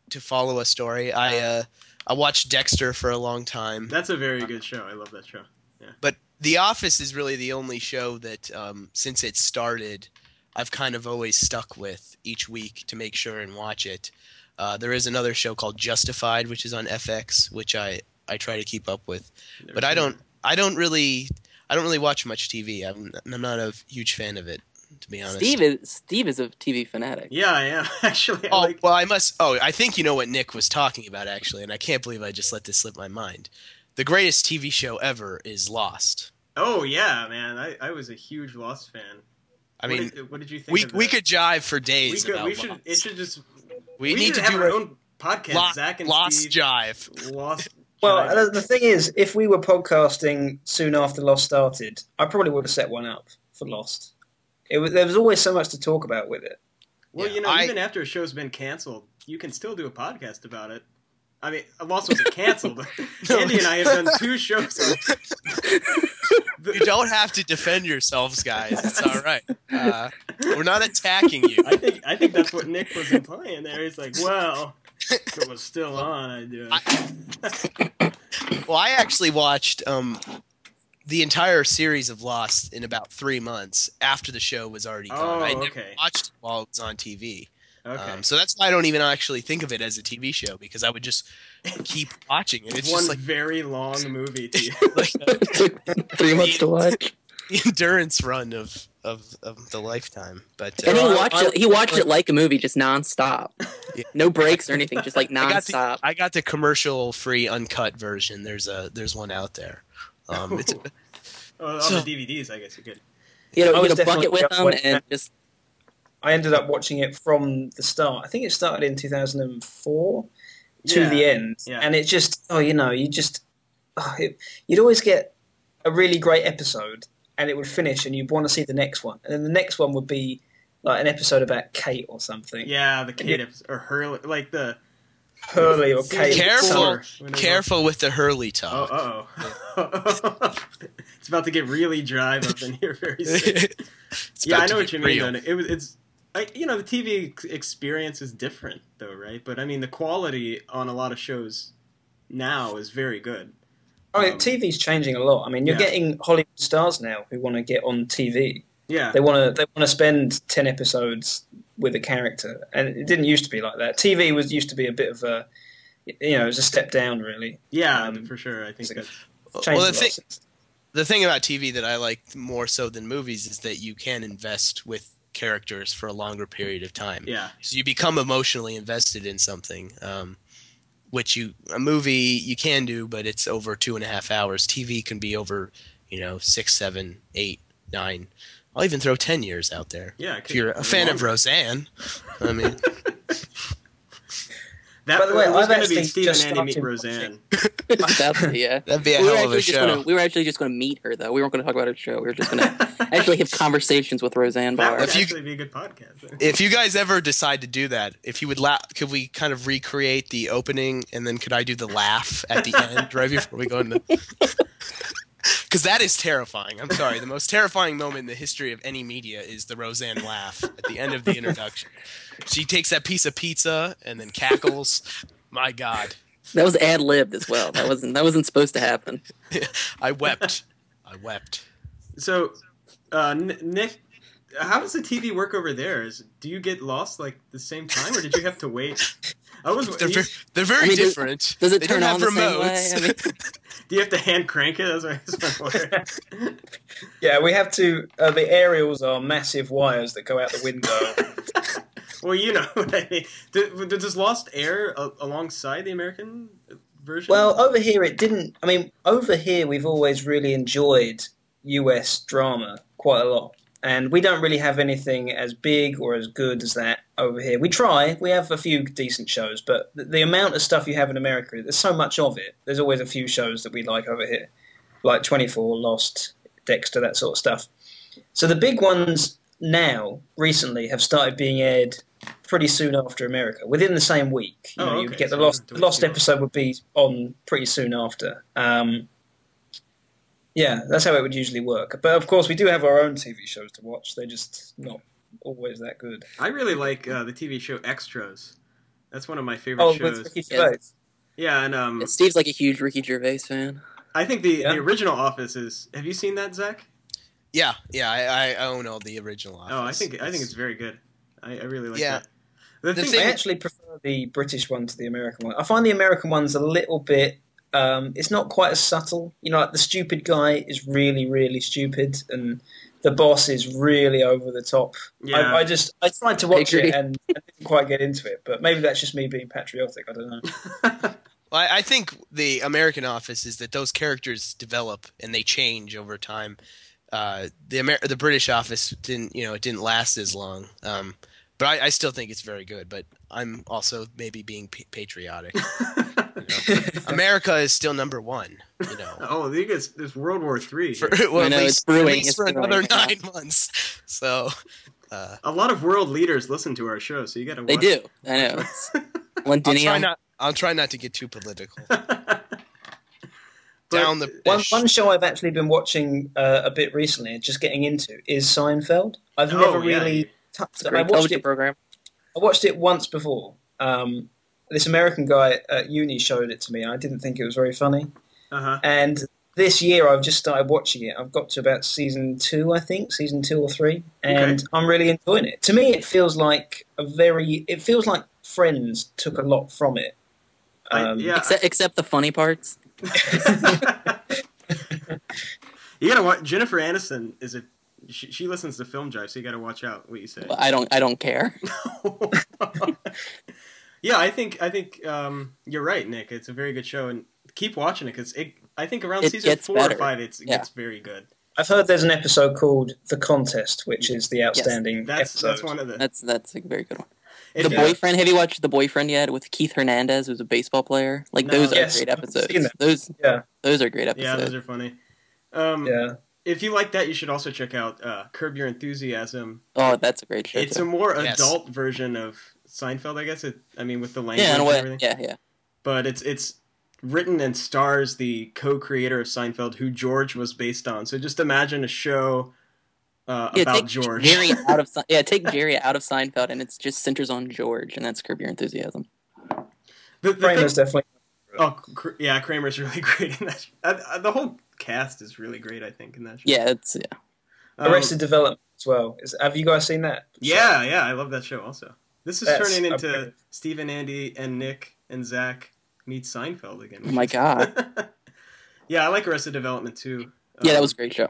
Speaker 3: to follow a story. I uh, I watched Dexter for a long time.
Speaker 1: That's a very good show. I love that show. Yeah.
Speaker 3: But The Office is really the only show that, um, since it started, I've kind of always stuck with each week to make sure and watch it. Uh, there is another show called Justified, which is on FX, which I, I try to keep up with,
Speaker 1: Never
Speaker 3: but I
Speaker 1: seen
Speaker 3: don't
Speaker 1: it.
Speaker 3: I don't really I don't really watch much TV. I'm I'm not a huge fan of it, to be honest.
Speaker 2: Steve is Steve is a TV fanatic.
Speaker 1: Yeah, I am actually. I
Speaker 3: Oh
Speaker 1: like,
Speaker 3: well, I must. Oh, I think you know what Nick was talking about actually, and I can't believe I just let this slip my mind. The greatest TV show ever is Lost.
Speaker 1: oh yeah, man. I, I was a huge Lost fan.
Speaker 3: I
Speaker 1: What
Speaker 3: mean,
Speaker 1: did- what did, you think?
Speaker 3: we
Speaker 1: of
Speaker 3: we
Speaker 1: that?
Speaker 3: could jive for
Speaker 1: we
Speaker 3: days
Speaker 1: could
Speaker 3: about
Speaker 1: we should
Speaker 3: Lost.
Speaker 1: it should just
Speaker 3: we, need
Speaker 1: should
Speaker 3: to
Speaker 1: have
Speaker 3: do
Speaker 1: our
Speaker 3: a
Speaker 1: own podcast.
Speaker 3: Lo-
Speaker 1: Zach and
Speaker 3: Lost
Speaker 1: Steve
Speaker 3: jive.
Speaker 1: Lost.
Speaker 4: Well,
Speaker 1: Jive.
Speaker 4: the- the thing is, if we were podcasting soon after Lost started, I probably would have set one up for Lost. It was, there was always so much to talk about with it.
Speaker 1: Well,
Speaker 3: Yeah,
Speaker 1: you know,
Speaker 3: I-
Speaker 1: even after a show's been canceled, you can still do a podcast about it. I mean, Lost wasn't canceled. Andy and I have done two shows. On...
Speaker 3: You don't have to defend yourselves, guys. It's all right. Uh, we're not attacking you.
Speaker 1: I think I think that's what Nick was implying there. He's like, well, if it was still on, I'd do it.
Speaker 3: Well, I actually watched um, the entire series of Lost in about three months after the show was already gone.
Speaker 1: Oh,
Speaker 3: I never
Speaker 1: okay.
Speaker 3: watched it while it was on TV.
Speaker 1: Okay.
Speaker 3: Um, so that's why I don't even actually think of it as a TV show because I would just keep watching it. It's
Speaker 1: One
Speaker 3: just like,
Speaker 1: very long movie to you.
Speaker 3: like
Speaker 2: it took three months to watch.
Speaker 3: the endurance run of, of, of the lifetime. But
Speaker 2: And
Speaker 3: uh,
Speaker 2: he
Speaker 4: Well, I-
Speaker 2: watched
Speaker 4: I-
Speaker 2: it. He watched it like a movie, just nonstop,
Speaker 3: Yeah.
Speaker 2: no breaks or anything, just like
Speaker 3: I got the-
Speaker 2: nonstop.
Speaker 3: I got the commercial free uncut version. There's a there's one out there. Um, it's,
Speaker 1: Oh, on
Speaker 3: So-
Speaker 1: the DVDs, I guess you could.
Speaker 2: You
Speaker 4: I
Speaker 2: know,
Speaker 4: was
Speaker 2: get a bucket
Speaker 4: definitely
Speaker 2: with
Speaker 4: up
Speaker 2: him
Speaker 4: with
Speaker 2: and
Speaker 4: that.
Speaker 2: just
Speaker 4: I ended up watching it from the start. I think it started in 2004 to
Speaker 1: Yeah.
Speaker 4: the end,
Speaker 1: Yeah.
Speaker 4: and it just oh, you know, you just oh, it, you'd always get a really great episode, and it would finish, and you'd want to see the next one, and then the next one would be like an episode about Kate or something,
Speaker 1: Yeah, the Kate episode, or her, like the
Speaker 4: Hurley or Kate.
Speaker 3: Careful.
Speaker 1: Four, when it was-
Speaker 3: careful with the Hurley talk.
Speaker 1: Oh, oh. it's about to get really drive up in here very soon.
Speaker 3: It's
Speaker 1: yeah,
Speaker 3: about
Speaker 1: I
Speaker 3: to
Speaker 1: know
Speaker 3: be
Speaker 1: what you mean.
Speaker 3: real.
Speaker 1: Though. It was it's I, you know the TV ex- experience is different though, right? But I mean the quality on a lot of shows now is very good.
Speaker 4: Oh,
Speaker 1: Um,
Speaker 4: TV's changing a lot. I mean, you're
Speaker 1: Yeah.
Speaker 4: getting Hollywood stars now who want to get on TV.
Speaker 1: Yeah,
Speaker 4: They want to they want to spend ten episodes with a character, and it didn't used to be like that. TV was used to be a bit of a, you know, it was a step down really.
Speaker 1: yeah,
Speaker 4: um,
Speaker 1: for sure. I think
Speaker 4: it's-
Speaker 1: that's
Speaker 4: Changed
Speaker 3: well,
Speaker 4: a
Speaker 3: the
Speaker 4: lot
Speaker 3: thing,
Speaker 4: since.
Speaker 3: the thing about TV that I like more so than movies is that you can invest with characters for a longer period of time.
Speaker 1: yeah,
Speaker 3: So you become emotionally invested in something, um, which you a movie you can do, but it's over two and a half hours. TV can be over, you know, six, seven, eight, nine. I'll even throw ten years out there.
Speaker 1: yeah.
Speaker 3: If you're a fan of Roseanne, I mean,
Speaker 1: that,
Speaker 4: By the way,
Speaker 1: it was
Speaker 4: I've
Speaker 1: going to be
Speaker 4: actually
Speaker 1: Steve and
Speaker 4: just
Speaker 1: Andy meet
Speaker 4: started
Speaker 1: Roseanne.
Speaker 2: it's about to- yeah.
Speaker 3: that'd be a
Speaker 2: we were
Speaker 3: hell of
Speaker 2: actually
Speaker 3: a
Speaker 2: just
Speaker 3: show.
Speaker 2: gonna we were actually just gonna meet her though. We weren't gonna talk about her show. We were just gonna actually have conversations with Roseanne
Speaker 1: That
Speaker 2: Barr.
Speaker 1: would
Speaker 3: If you-
Speaker 1: actually be a good podcast.
Speaker 3: if you guys ever decide to do that, if you would la- could we kind of recreate the opening and then could I do the laugh at the end right before we go into Cuz that is terrifying. I'm sorry. The most terrifying moment in the history of any media is the Roseanne laugh at the end of the introduction. She takes that piece of pizza and then cackles. My god.
Speaker 2: That was ad libbed as well. That wasn't that wasn't supposed to happen.
Speaker 3: I wept. I wept.
Speaker 1: So, uh, N- Nick, how does the TV work over there? Is do you get lost like the same time, or did you have to wait? I was.
Speaker 3: They're
Speaker 1: you-
Speaker 3: very, they're very
Speaker 2: I mean, does-
Speaker 3: different.
Speaker 2: Does it
Speaker 3: they
Speaker 2: turn on
Speaker 3: don't have
Speaker 2: the
Speaker 3: remotes.
Speaker 2: same way? I mean,
Speaker 1: do you have to hand crank it? That's what I was wondering.
Speaker 4: Yeah, we have to. Uh, the aerials are massive wires that go out the window.
Speaker 1: Well, you know what I mean. Did, did- does Lost air a- alongside the American version?
Speaker 4: well, over here it didn't. I mean, over here we've always really enjoyed U.S. drama quite a lot, and we don't really have anything as big or as good as that over here. We try. We have a few decent shows, but the, the amount of stuff you have in America, there's so much of it. There's always a few shows that we like over here, like 24, Lost, Dexter, that sort of stuff. So the big ones now, recently, have started being aired pretty soon after America, within the same week. You
Speaker 1: Oh,
Speaker 4: know, you
Speaker 1: okay,
Speaker 4: get the
Speaker 1: so you don't have
Speaker 4: lost
Speaker 1: to
Speaker 4: the
Speaker 1: wait
Speaker 4: lost
Speaker 1: too long.
Speaker 4: episode would be on pretty soon after. Um, yeah, that's how it would usually work. But of course, we do have our own TV shows to watch. They're just not always that good.
Speaker 1: I really like uh, the TV show Extras. That's one of my favorite
Speaker 4: Oh, with
Speaker 1: shows.
Speaker 4: Ricky
Speaker 2: Yes.
Speaker 4: Gervais.
Speaker 1: Yeah, and um,
Speaker 2: Steve's like a huge Ricky Gervais fan.
Speaker 1: I think the,
Speaker 4: Yeah.
Speaker 1: the original Office is. Have you seen that, Zach?
Speaker 3: Yeah, yeah, I, I own all the original. Office.
Speaker 1: Oh, I think I think it's very good. I, I really like
Speaker 3: Yeah.
Speaker 1: that. The,
Speaker 3: The
Speaker 1: thing,
Speaker 3: thing-
Speaker 4: I actually prefer the British one to the American one. I find the American one's a little bit. Um, it's not quite as subtle. You know, like the stupid guy is really, really stupid, and the boss is really over the top.
Speaker 1: Yeah.
Speaker 4: I, I just I tried to watch
Speaker 2: agree.
Speaker 4: it and, and didn't quite get into it, but maybe that's just me being patriotic. I don't know.
Speaker 3: Well, I I think the American Office is that those characters develop and they change over time. Uh, the Amer- the British Office didn't, you know, it didn't last as long. Um, but I, I still think it's very good. But I'm also maybe being p- patriotic. you know? America is still number one. You know,
Speaker 1: oh, you guys, there's World War Three.
Speaker 3: for,
Speaker 1: here.
Speaker 3: well,
Speaker 2: I
Speaker 3: at
Speaker 2: know,
Speaker 3: least,
Speaker 2: it's brewing,
Speaker 3: at least
Speaker 2: it's
Speaker 3: for
Speaker 2: brewing.
Speaker 3: another nine months. So, uh,
Speaker 1: A lot of world leaders listen to our show, so you got to.
Speaker 2: They do. I know. It's
Speaker 3: I'll try
Speaker 2: Londinium.
Speaker 3: not. I'll try not to get too political.
Speaker 1: But-
Speaker 3: Down the
Speaker 4: One,
Speaker 3: dish.
Speaker 4: one show I've actually been watching uh, a bit recently, just getting into, is Seinfeld. I've
Speaker 1: Oh,
Speaker 4: never
Speaker 1: yeah.
Speaker 4: really
Speaker 2: It's
Speaker 4: touched
Speaker 2: a
Speaker 4: it. I
Speaker 2: great
Speaker 4: watched
Speaker 2: television
Speaker 4: it
Speaker 2: program.
Speaker 4: I watched it once before. Um, this American guy at uni showed it to me, and I didn't think it was very funny.
Speaker 1: Uh-huh.
Speaker 4: And this year, I've just started watching it. I've got to about season two, I think, season two or three, and
Speaker 1: Okay.
Speaker 4: I'm really enjoying it. To me, it feels like a very. It feels like Friends took a lot from it.
Speaker 1: I-
Speaker 4: Um,
Speaker 1: yeah.
Speaker 2: Except, except the funny parts.
Speaker 1: you gotta watch. Jennifer Aniston is a. She, she listens to film jive, so you gotta watch out what you say.
Speaker 2: I don't. I don't care.
Speaker 1: yeah, I think I think um, you're right, Nick. It's a very good show, and keep watching it because it. I think around
Speaker 2: It
Speaker 1: season
Speaker 2: gets
Speaker 1: four
Speaker 2: better.
Speaker 1: or five, it's, it
Speaker 2: Yeah.
Speaker 1: gets very good.
Speaker 4: I've heard there's an episode called The Contest, which is the outstanding
Speaker 1: That's
Speaker 4: episode.
Speaker 1: that's one of the.
Speaker 2: That's that's a very good one.
Speaker 1: if
Speaker 2: the
Speaker 1: you-
Speaker 2: boyfriend. Have you watched the boyfriend yet? With Keith Hernandez, who's a baseball player. Like
Speaker 1: No.
Speaker 2: those are
Speaker 4: Yes,
Speaker 2: great
Speaker 4: I've seen
Speaker 2: episodes.
Speaker 4: that.
Speaker 2: Those
Speaker 4: Yeah,
Speaker 2: those are great
Speaker 1: Yeah,
Speaker 2: episodes.
Speaker 1: those are funny. Um,
Speaker 4: yeah.
Speaker 1: If you like that, you should also check out uh, Curb Your Enthusiasm.
Speaker 2: oh, that's a great show.
Speaker 1: It's a
Speaker 2: too.
Speaker 1: more
Speaker 3: Yes.
Speaker 1: adult version of Seinfeld, I guess. It, I mean, with the language
Speaker 2: yeah, in a
Speaker 1: and
Speaker 2: way.
Speaker 1: everything.
Speaker 2: Yeah, yeah.
Speaker 1: but it's it's written and stars the co-creator of Seinfeld, who George was based on. So just imagine a show uh,
Speaker 2: Yeah,
Speaker 1: about
Speaker 2: take
Speaker 1: George.
Speaker 2: Jerry out of Se- yeah, take Jerry out of Seinfeld, and it's just centers on George, and that's Curb Your Enthusiasm.
Speaker 1: the, the thing-
Speaker 4: Kramer's definitely.
Speaker 1: oh, Kr- yeah, Kramer's really great in that. Show. Uh, uh, the whole cast is really great, I think, in that show.
Speaker 2: Yeah, it's yeah.
Speaker 1: Um,
Speaker 4: Arrested Development as well. Is, have you guys seen that?
Speaker 1: yeah, yeah, I love that show also. This is
Speaker 4: That's
Speaker 1: turning
Speaker 4: a
Speaker 1: into
Speaker 4: brilliant-
Speaker 1: Stephen, Andy, and Nick and Zach meet Seinfeld again.
Speaker 2: Oh my god.
Speaker 1: yeah, I like Arrested Development too.
Speaker 2: Yeah, that
Speaker 1: Um,
Speaker 2: was a great show.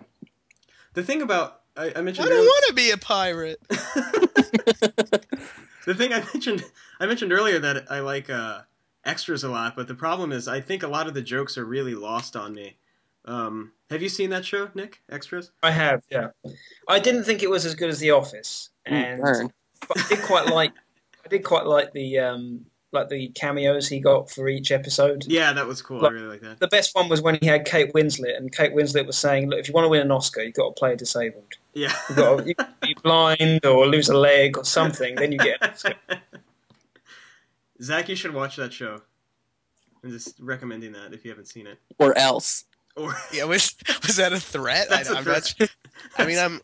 Speaker 1: the thing about I, I mentioned.
Speaker 3: I don't
Speaker 1: earlier-
Speaker 3: want to be a pirate.
Speaker 1: The thing I mentioned I mentioned earlier that I like uh, extras a lot, but the problem is I think a lot of the jokes are really lost on me. Um, have you seen that show, Nick? Extras?
Speaker 4: I have, yeah. I didn't think it was as good as The Office,
Speaker 2: Mm,
Speaker 4: and
Speaker 2: Burn.
Speaker 4: but I did quite like. I did quite like the um, like the cameos he got for each episode.
Speaker 1: Yeah, that was cool. I really like that.
Speaker 4: The best one was when he had Kate Winslet, and Kate Winslet was saying, "Look, if you want to win an Oscar, you've got to play disabled.
Speaker 1: Yeah.
Speaker 4: You've got to, you can be blind or lose a leg or something, then you get an Oscar."
Speaker 1: Zach, you should watch that show. I'm just recommending that if you haven't seen it.
Speaker 2: Or else.
Speaker 1: Or
Speaker 3: Yeah, was was that a threat?
Speaker 1: That's
Speaker 3: I,
Speaker 1: a
Speaker 3: I'm not
Speaker 1: threat.
Speaker 3: su- I mean, I'm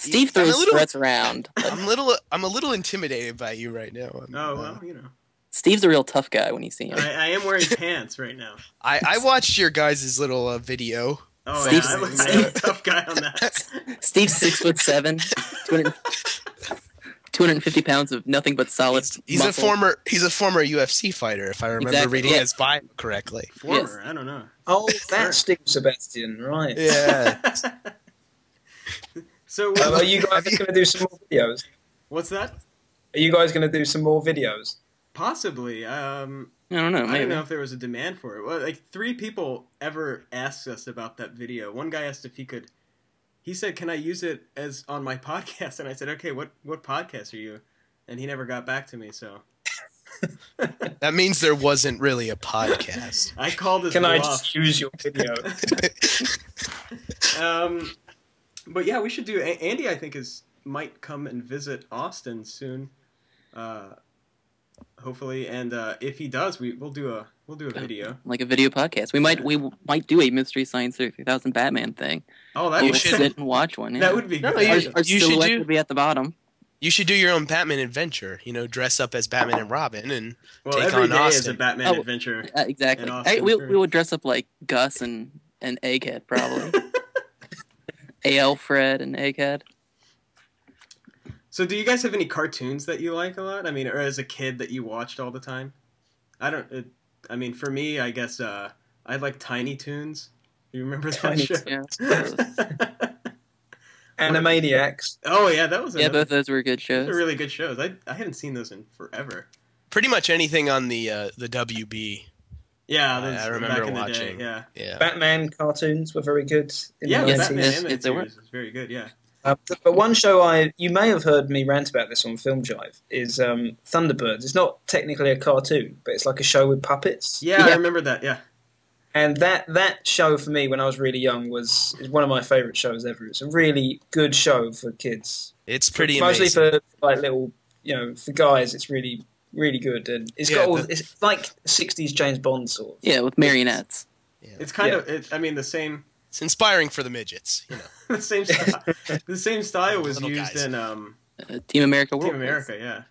Speaker 2: Steve
Speaker 3: I'm a
Speaker 2: throws
Speaker 3: little-
Speaker 2: threats around. but
Speaker 3: I'm little. I'm a little intimidated by you right now. I'm,
Speaker 1: oh
Speaker 3: uh,
Speaker 1: well, you know.
Speaker 2: Steve's a real tough guy when you see him.
Speaker 1: I, I am wearing pants right now.
Speaker 3: I, I watched your guys' little uh, video.
Speaker 1: Oh yeah,
Speaker 2: Steve's-
Speaker 1: I was, I'm a tough guy on that.
Speaker 2: Steve's six foot seven, 200 250 pounds of nothing but solid.
Speaker 3: He's, he's a
Speaker 2: muscle.
Speaker 3: former. He's a former UFC fighter, if I remember
Speaker 2: Exactly,
Speaker 3: reading
Speaker 2: yeah.
Speaker 3: his bio correctly.
Speaker 1: Former, I don't know.
Speaker 4: Oh, that's Steve Sebastian, right?
Speaker 3: Yeah.
Speaker 1: So
Speaker 4: Um, are
Speaker 1: what,
Speaker 4: you guys
Speaker 3: Have you-
Speaker 4: going to do some more videos?
Speaker 1: what's that?
Speaker 4: Are you guys going to do some more videos?
Speaker 1: Possibly. Um,
Speaker 2: I don't know. Maybe.
Speaker 1: I don't know if there was a demand for it. Well, like three people ever asked us about that video. One guy asked if he could. He said, "Can I use it as on my podcast?" And I said, "Okay, what what podcast are you?" And he never got back to me. So
Speaker 3: that means there wasn't really a podcast.
Speaker 1: I called his
Speaker 4: Can I
Speaker 1: bluff.
Speaker 4: just use your video?
Speaker 1: Um, but yeah, we should do. A- Andy, I think is might come and visit Austin soon. Uh, hopefully, and uh, if he does, we we'll do a we'll do a video.
Speaker 2: Like a video podcast. We might we might do a Mystery Science 3000 Batman thing.
Speaker 1: Oh, that
Speaker 2: We
Speaker 1: would
Speaker 2: would sit and watch one. Yeah.
Speaker 1: That would be
Speaker 3: No,
Speaker 1: good.
Speaker 3: you
Speaker 2: Our,
Speaker 3: should-
Speaker 2: our
Speaker 3: you should
Speaker 2: silhouette
Speaker 3: do-
Speaker 2: would be at the bottom.
Speaker 3: you should do your own Batman adventure. You know, dress up as Batman and Robin, and
Speaker 1: Well,
Speaker 3: Take
Speaker 1: every
Speaker 3: on
Speaker 1: day is a
Speaker 3: Austin.
Speaker 1: Batman
Speaker 2: Oh.
Speaker 1: adventure.
Speaker 2: Uh, exactly.
Speaker 1: And Austin
Speaker 2: Hey, we,
Speaker 1: Fury.
Speaker 2: we would dress up like Gus and and Egghead, probably. AL Fred and Egghead.
Speaker 1: So, do you guys have any cartoons that you like a lot? I mean, or as a kid that you watched all the time? I don't. It, I mean, for me, I guess uh, I like Tiny Toons. You remember that
Speaker 4: Tiny
Speaker 1: show?
Speaker 2: Yeah, those.
Speaker 4: Animaniacs.
Speaker 1: oh yeah, that was
Speaker 2: yeah,
Speaker 1: another,
Speaker 2: both those were good
Speaker 1: those
Speaker 2: shows.
Speaker 1: are really good shows. I I haven't seen those in forever.
Speaker 3: Pretty much anything on the uh, the WB.
Speaker 1: Yeah,
Speaker 3: I-
Speaker 1: those,
Speaker 3: I remember
Speaker 1: back in
Speaker 3: watching.
Speaker 1: the day. Yeah,
Speaker 3: Yeah.
Speaker 4: Batman cartoons were very good in
Speaker 1: yeah,
Speaker 4: the
Speaker 1: the Batman
Speaker 2: Yes,
Speaker 4: 90s.
Speaker 2: yes,
Speaker 1: animated
Speaker 2: yes, they were.
Speaker 1: series was very good. Yeah,
Speaker 4: Uh, but one show I you may have heard me rant about this on Film Jive is um, Thunderbirds. It's not technically a cartoon, but it's like a show with puppets.
Speaker 1: yeah, I
Speaker 2: Yeah.
Speaker 1: remember that. Yeah,
Speaker 4: And that that show for me when I was really young was is one of my favourite shows ever. It's a really good show for kids.
Speaker 3: It's pretty
Speaker 4: Mostly
Speaker 3: amazing.
Speaker 4: for like little you know for guys. It's really really good and it's
Speaker 3: Yeah,
Speaker 4: got all
Speaker 3: the-
Speaker 4: it's like sixties James Bond sort. Of.
Speaker 2: Yeah, with marionettes.
Speaker 1: it's kind
Speaker 4: Yeah.
Speaker 1: of. It, I mean, the same
Speaker 3: It's inspiring for the midgets. You know.
Speaker 1: the same style, the same style was
Speaker 3: Little
Speaker 1: used
Speaker 3: guys.
Speaker 1: in um,
Speaker 2: Uh, Team America World.
Speaker 1: Team America. Yeah,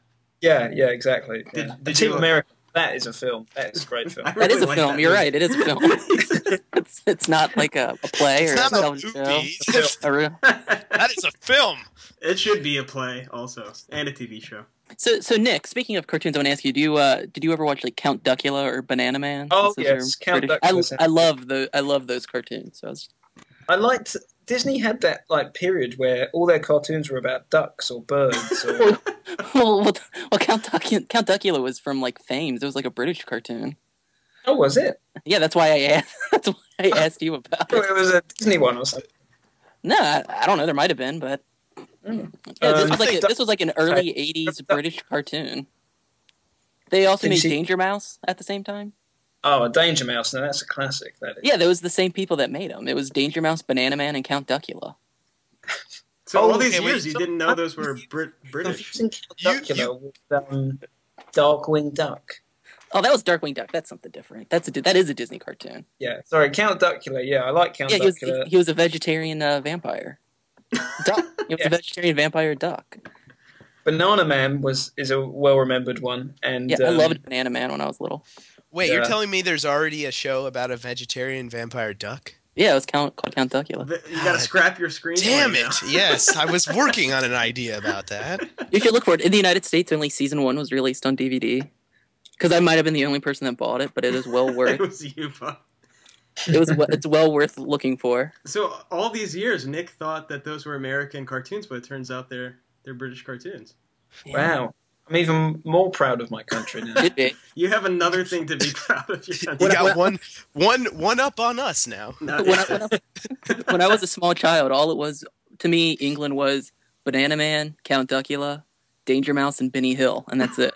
Speaker 4: Yeah, yeah, exactly.
Speaker 1: Did-
Speaker 4: yeah.
Speaker 1: did
Speaker 4: Team
Speaker 1: you-
Speaker 4: America. That is a film. That is a great film.
Speaker 1: I
Speaker 2: That is
Speaker 1: really
Speaker 2: a
Speaker 1: like
Speaker 2: film.
Speaker 1: that
Speaker 2: You're
Speaker 1: movie.
Speaker 2: right. It is a film. it's, it's not like a, a play or
Speaker 3: It's
Speaker 2: a
Speaker 3: not a
Speaker 2: television show.
Speaker 3: movie.
Speaker 2: A real-
Speaker 3: that is a film.
Speaker 1: it should be a play also and a TV show.
Speaker 2: So, so Nick, speaking of cartoons, I want to ask you: Do you uh, did you ever watch like Count Duckula or Banana Man?
Speaker 4: Oh,
Speaker 2: Since those
Speaker 4: yes,
Speaker 2: are
Speaker 4: Count Duckula's-
Speaker 2: I, I love the I love those cartoons. So I was,
Speaker 4: I liked Disney had that like period where all their cartoons were about ducks or birds or
Speaker 2: well, well, well, Count Duckula, Count Duckula was from like Thames. It was like a British cartoon.
Speaker 4: Oh was it?
Speaker 2: Yeah, that's why I asked. That's why I asked you
Speaker 4: I
Speaker 2: about
Speaker 4: thought
Speaker 2: it.
Speaker 4: it was a Disney one or something.
Speaker 2: No, I, I don't know. There might have been, but
Speaker 4: Mm.
Speaker 2: yeah, this
Speaker 4: Um,
Speaker 2: was like
Speaker 4: I
Speaker 2: a,
Speaker 4: think-
Speaker 2: this was like an early '80s British cartoon. They also
Speaker 4: Did
Speaker 2: made
Speaker 4: she-
Speaker 2: Danger Mouse at the same time.
Speaker 4: Oh, Danger Mouse, now that's a classic, that is.
Speaker 2: Yeah, that was the same people that made them. It was Danger Mouse, Banana Man, and Count Duckula.
Speaker 1: So
Speaker 4: Oh,
Speaker 1: all these
Speaker 3: okay, wait,
Speaker 1: years, you
Speaker 4: so-
Speaker 1: didn't know those were Brit- British.
Speaker 4: Confusing Count
Speaker 3: You-
Speaker 4: Duckula with um, Darkwing Duck.
Speaker 2: Oh, that was Darkwing Duck. That's something different. That's a that is a Disney cartoon.
Speaker 4: Yeah, sorry, Count Duckula, yeah, I like Count
Speaker 2: yeah, he was
Speaker 4: Duckula.
Speaker 2: he, he was a vegetarian uh, vampire. Duck. He was
Speaker 4: Yeah.
Speaker 2: a vegetarian vampire duck.
Speaker 4: Banana Man was is a well remembered one and
Speaker 2: Yeah, I
Speaker 4: um,
Speaker 2: loved Banana Man when I was little.
Speaker 3: Wait, you're
Speaker 4: Yeah.
Speaker 3: telling me there's already a show about a vegetarian vampire duck?
Speaker 2: Yeah, it was Count, called Count Duckula.
Speaker 1: The- You gotta scrap your screen.
Speaker 3: Damn it! Yes, I was working on an idea about that.
Speaker 2: You should look for it. In the United States, only season one was released on DVD. Because I might have been the only person that bought it, but it is well
Speaker 1: it
Speaker 2: worth.
Speaker 1: was you, Bob.
Speaker 2: it was we- it's well worth looking for.
Speaker 1: So all these years, Nick thought that those were American cartoons, but it turns out they're they're British cartoons.
Speaker 4: Wow. I'm even more proud of my country now.
Speaker 2: Should be.
Speaker 1: You have another thing to be proud of. Your
Speaker 3: You
Speaker 1: country.
Speaker 3: got
Speaker 2: what-
Speaker 3: one, one, one up on us now.
Speaker 1: No,
Speaker 2: when, I, when, I, when I was a small child, all it was to me, England was Banana Man, Count Duckula, Danger Mouse, and Benny Hill, and that's it.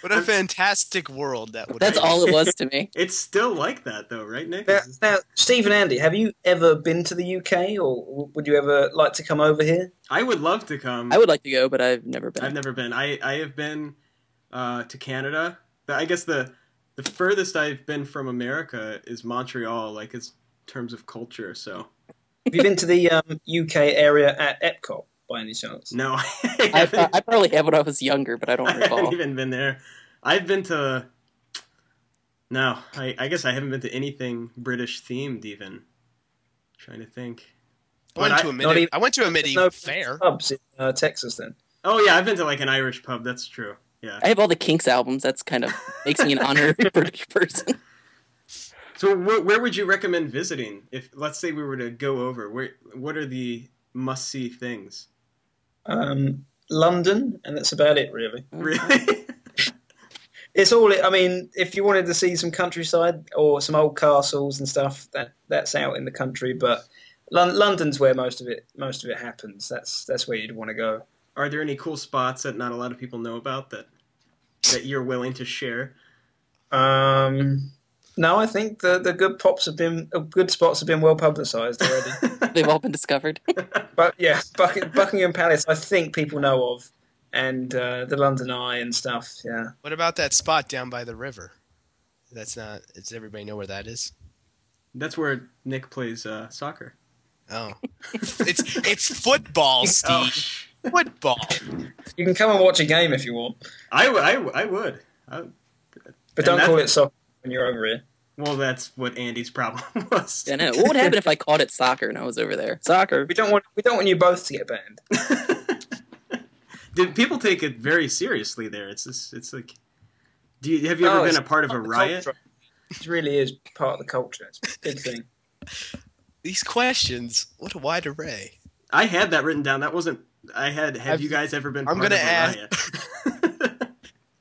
Speaker 3: What a fantastic world that would.
Speaker 2: That's
Speaker 3: be.
Speaker 2: all it was to me.
Speaker 1: it's still like that though, right, Nick?
Speaker 4: Now, now, Steve and Andy, have you ever been to the UK, or w- would you ever like to come over here?
Speaker 1: I would love to come.
Speaker 2: I would like to go, but I've never been.
Speaker 1: I've never been. I I have been uh, to Canada. The- I guess the the furthest I've been from America is Montreal, like in terms of culture. So
Speaker 4: Have you been to the um, UK area at Epcot by any chance?
Speaker 1: no, I
Speaker 2: I,
Speaker 1: haven't,
Speaker 2: I, I probably have when I was younger, but I
Speaker 1: I
Speaker 2: don't
Speaker 1: haven't
Speaker 2: recall.
Speaker 1: even been there. I've been to no. I, I guess I haven't been to anything British themed even. Trying to think.
Speaker 3: I went
Speaker 1: But
Speaker 3: to
Speaker 1: I-
Speaker 3: a
Speaker 4: not
Speaker 3: medieval.
Speaker 4: even-
Speaker 3: I went to a medieval
Speaker 4: no-
Speaker 3: fair.
Speaker 4: Pubs in uh, Texas, then.
Speaker 1: Oh yeah, I've been to like an Irish pub. That's true. Yeah.
Speaker 2: I have all the Kinks albums. That's kind of makes me an honorary British person.
Speaker 1: So where, where would you recommend visiting if let's say we were to go over? Where what are the must see things?
Speaker 4: Um, London, and that's about it, really.
Speaker 1: Really?
Speaker 4: It's all. I mean, if you wanted to see some countryside or some old castles and stuff, that that's out in the country. But Lon- London's where most of it most of it happens. That's that's where you'd want to go.
Speaker 1: Are there any cool spots that not a lot of people know about that that you're willing to share?
Speaker 4: Um, no, I think the, the good pops have been uh, good spots have been well publicised already.
Speaker 2: They've all been discovered.
Speaker 4: But yeah, Bucking- Buckingham Palace, I think people know of, and uh, the London Eye and stuff. Yeah,
Speaker 3: What about that spot down by the river? That's not. Does everybody know where that is?
Speaker 1: That's where Nick plays uh, soccer.
Speaker 3: Oh, it's it's football,
Speaker 1: Oh,
Speaker 3: Steve. Football.
Speaker 4: you can come and watch a game if you want,
Speaker 1: I, w- I w- I would. I,
Speaker 4: but
Speaker 1: And
Speaker 4: don't
Speaker 1: that's-
Speaker 4: call it soccer when you're over here.
Speaker 1: Well, that's what Andy's problem was.
Speaker 2: I know. What would happen if I caught it soccer and I was over there? Soccer.
Speaker 4: We don't want we don't want you both to get banned.
Speaker 1: Did people take it very seriously there? It's just, it's like, do you, have you ever
Speaker 4: Oh,
Speaker 1: been
Speaker 4: it's
Speaker 1: a part of a
Speaker 4: the
Speaker 1: riot?
Speaker 4: culture. It really is part of the culture. It's a big thing.
Speaker 3: These questions, what a wide array.
Speaker 1: I had that written down. That wasn't. I had. Have
Speaker 3: I've-
Speaker 1: you guys ever been?
Speaker 3: I'm
Speaker 1: part
Speaker 3: gonna
Speaker 1: of a
Speaker 3: add-
Speaker 1: riot?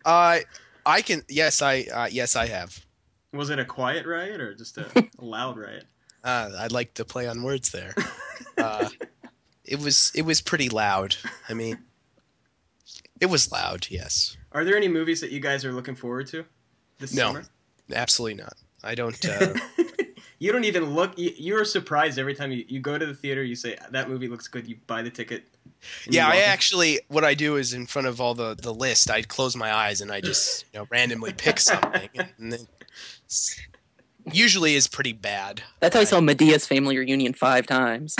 Speaker 3: I I can yes I uh, yes I have.
Speaker 1: was it a quiet riot or just a, a loud riot?
Speaker 3: Uh, I'd like to play on words there. Uh, it was it was pretty loud. I mean, it was loud. Yes,
Speaker 1: Are there any movies that you guys are looking forward to this
Speaker 3: No.
Speaker 1: summer?
Speaker 3: absolutely not. I don't. Uh,
Speaker 1: You don't even look. You, you're surprised every time you, you go to the theater. You say that movie looks good. You buy the ticket. and
Speaker 3: yeah,
Speaker 1: you
Speaker 3: I
Speaker 1: walk in.
Speaker 3: actually what I do is in front of all the the list. I close my eyes and I just you know randomly pick something. And then, usually is pretty bad.
Speaker 2: That's how I saw Medea's Family Reunion five times.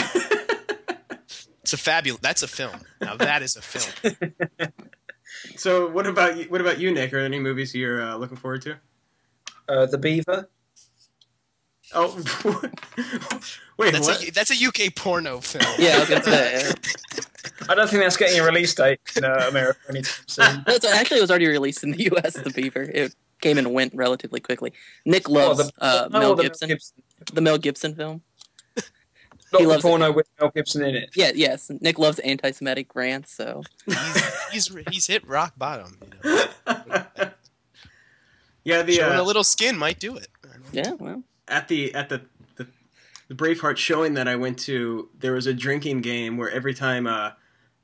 Speaker 3: It's a fabulous. That's a film. Now that is a film.
Speaker 1: So what about you, what about you, Nick? Are there any movies you're uh, looking forward to?
Speaker 4: Uh, the Beaver.
Speaker 1: Oh, wait,
Speaker 3: That's
Speaker 1: what?
Speaker 3: a that's a UK porno film.
Speaker 2: Yeah, I was gonna say.
Speaker 4: I don't think that's getting a release date in uh, America anytime soon.
Speaker 2: No, it's, actually, it was already released in the U.S. The Beaver. It came and went relatively quickly. Nick loves
Speaker 4: the-
Speaker 2: uh,
Speaker 4: Oh,
Speaker 2: Mel
Speaker 4: the
Speaker 2: Gibson, the Mel Gibson film.
Speaker 4: Not
Speaker 2: He
Speaker 4: the
Speaker 2: loves
Speaker 4: porno with Mel Gibson in it.
Speaker 2: Yeah, yes. Nick loves anti-Semitic rants, so
Speaker 3: he's he's, he's hit rock bottom. You know?
Speaker 1: yeah, the
Speaker 3: Showing a
Speaker 1: uh,
Speaker 3: little skin might do it.
Speaker 2: yeah. Well,
Speaker 1: at the at the, the the Braveheart showing that I went to, there was a drinking game where every time uh,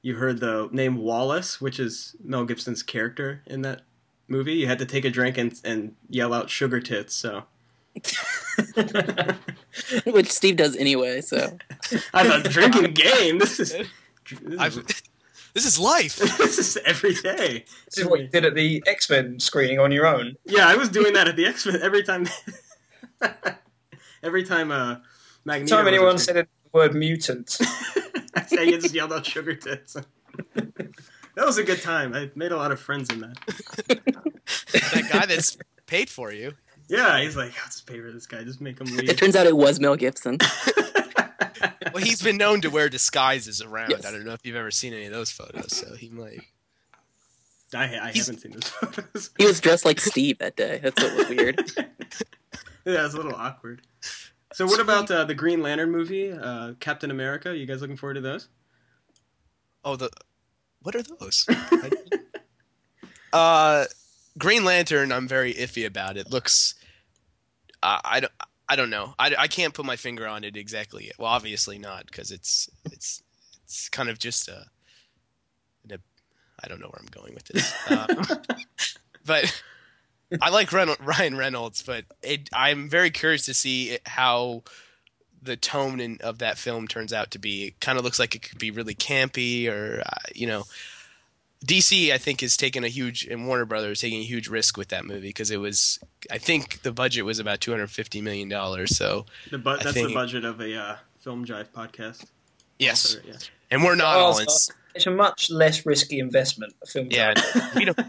Speaker 1: you heard the name Wallace, which is Mel Gibson's character in that movie, you had to take a drink and and yell out "sugar tits." So
Speaker 2: which Steve does anyway. So
Speaker 1: I have a drinking game. This is
Speaker 3: I've,
Speaker 1: this is,
Speaker 3: this is life.
Speaker 1: this is every day.
Speaker 4: This is what you did at the X Men screening on your own.
Speaker 1: Yeah, I was doing that at the X Men every time. every time, uh, Magneto.
Speaker 4: time
Speaker 1: was
Speaker 4: anyone
Speaker 1: a-
Speaker 4: said the word mutant,
Speaker 1: I just yelled out sugar tits. that was a good time. I made a lot of friends in that.
Speaker 3: that guy that's paid for you.
Speaker 1: Yeah, he's like, I'll just pay for this guy. Just make him
Speaker 2: it
Speaker 1: leave.
Speaker 2: turns out it was Mel Gibson.
Speaker 3: Well, he's been known to wear disguises around.
Speaker 2: Yes.
Speaker 3: I don't know if you've ever seen any of those photos. So he might.
Speaker 1: I, I
Speaker 3: He's-
Speaker 1: haven't seen those photos.
Speaker 2: He was dressed like Steve that day. That's what was weird.
Speaker 1: yeah, it's a little awkward. So, what about uh, the Green Lantern movie, uh, Captain America? You guys looking forward to those?
Speaker 3: Oh, the what are those? I- uh, Green Lantern. I'm very iffy about it. Looks. I I don't. I don't know. I, I can't put my finger on it exactly. Yet. Well, obviously not, because it's it's it's kind of just a, an, I don't know where I'm going with this. Um, but I like Ren- Ryan Reynolds, but it, I'm very curious to see it- how the tone in, of that film turns out to be. It kind of looks like it could be really campy, or uh, you know, DC I think is taking a huge and Warner Brothers taking a huge risk with that movie because it was I think the budget was about 250 million dollars. So
Speaker 1: The bu- that's the
Speaker 3: think-
Speaker 1: budget of a uh, film drive podcast.
Speaker 3: yes,
Speaker 1: Also, yeah.
Speaker 3: and we're not all.
Speaker 4: Oh,
Speaker 3: In,
Speaker 4: it's a much less risky investment. A film.
Speaker 3: yeah, we don't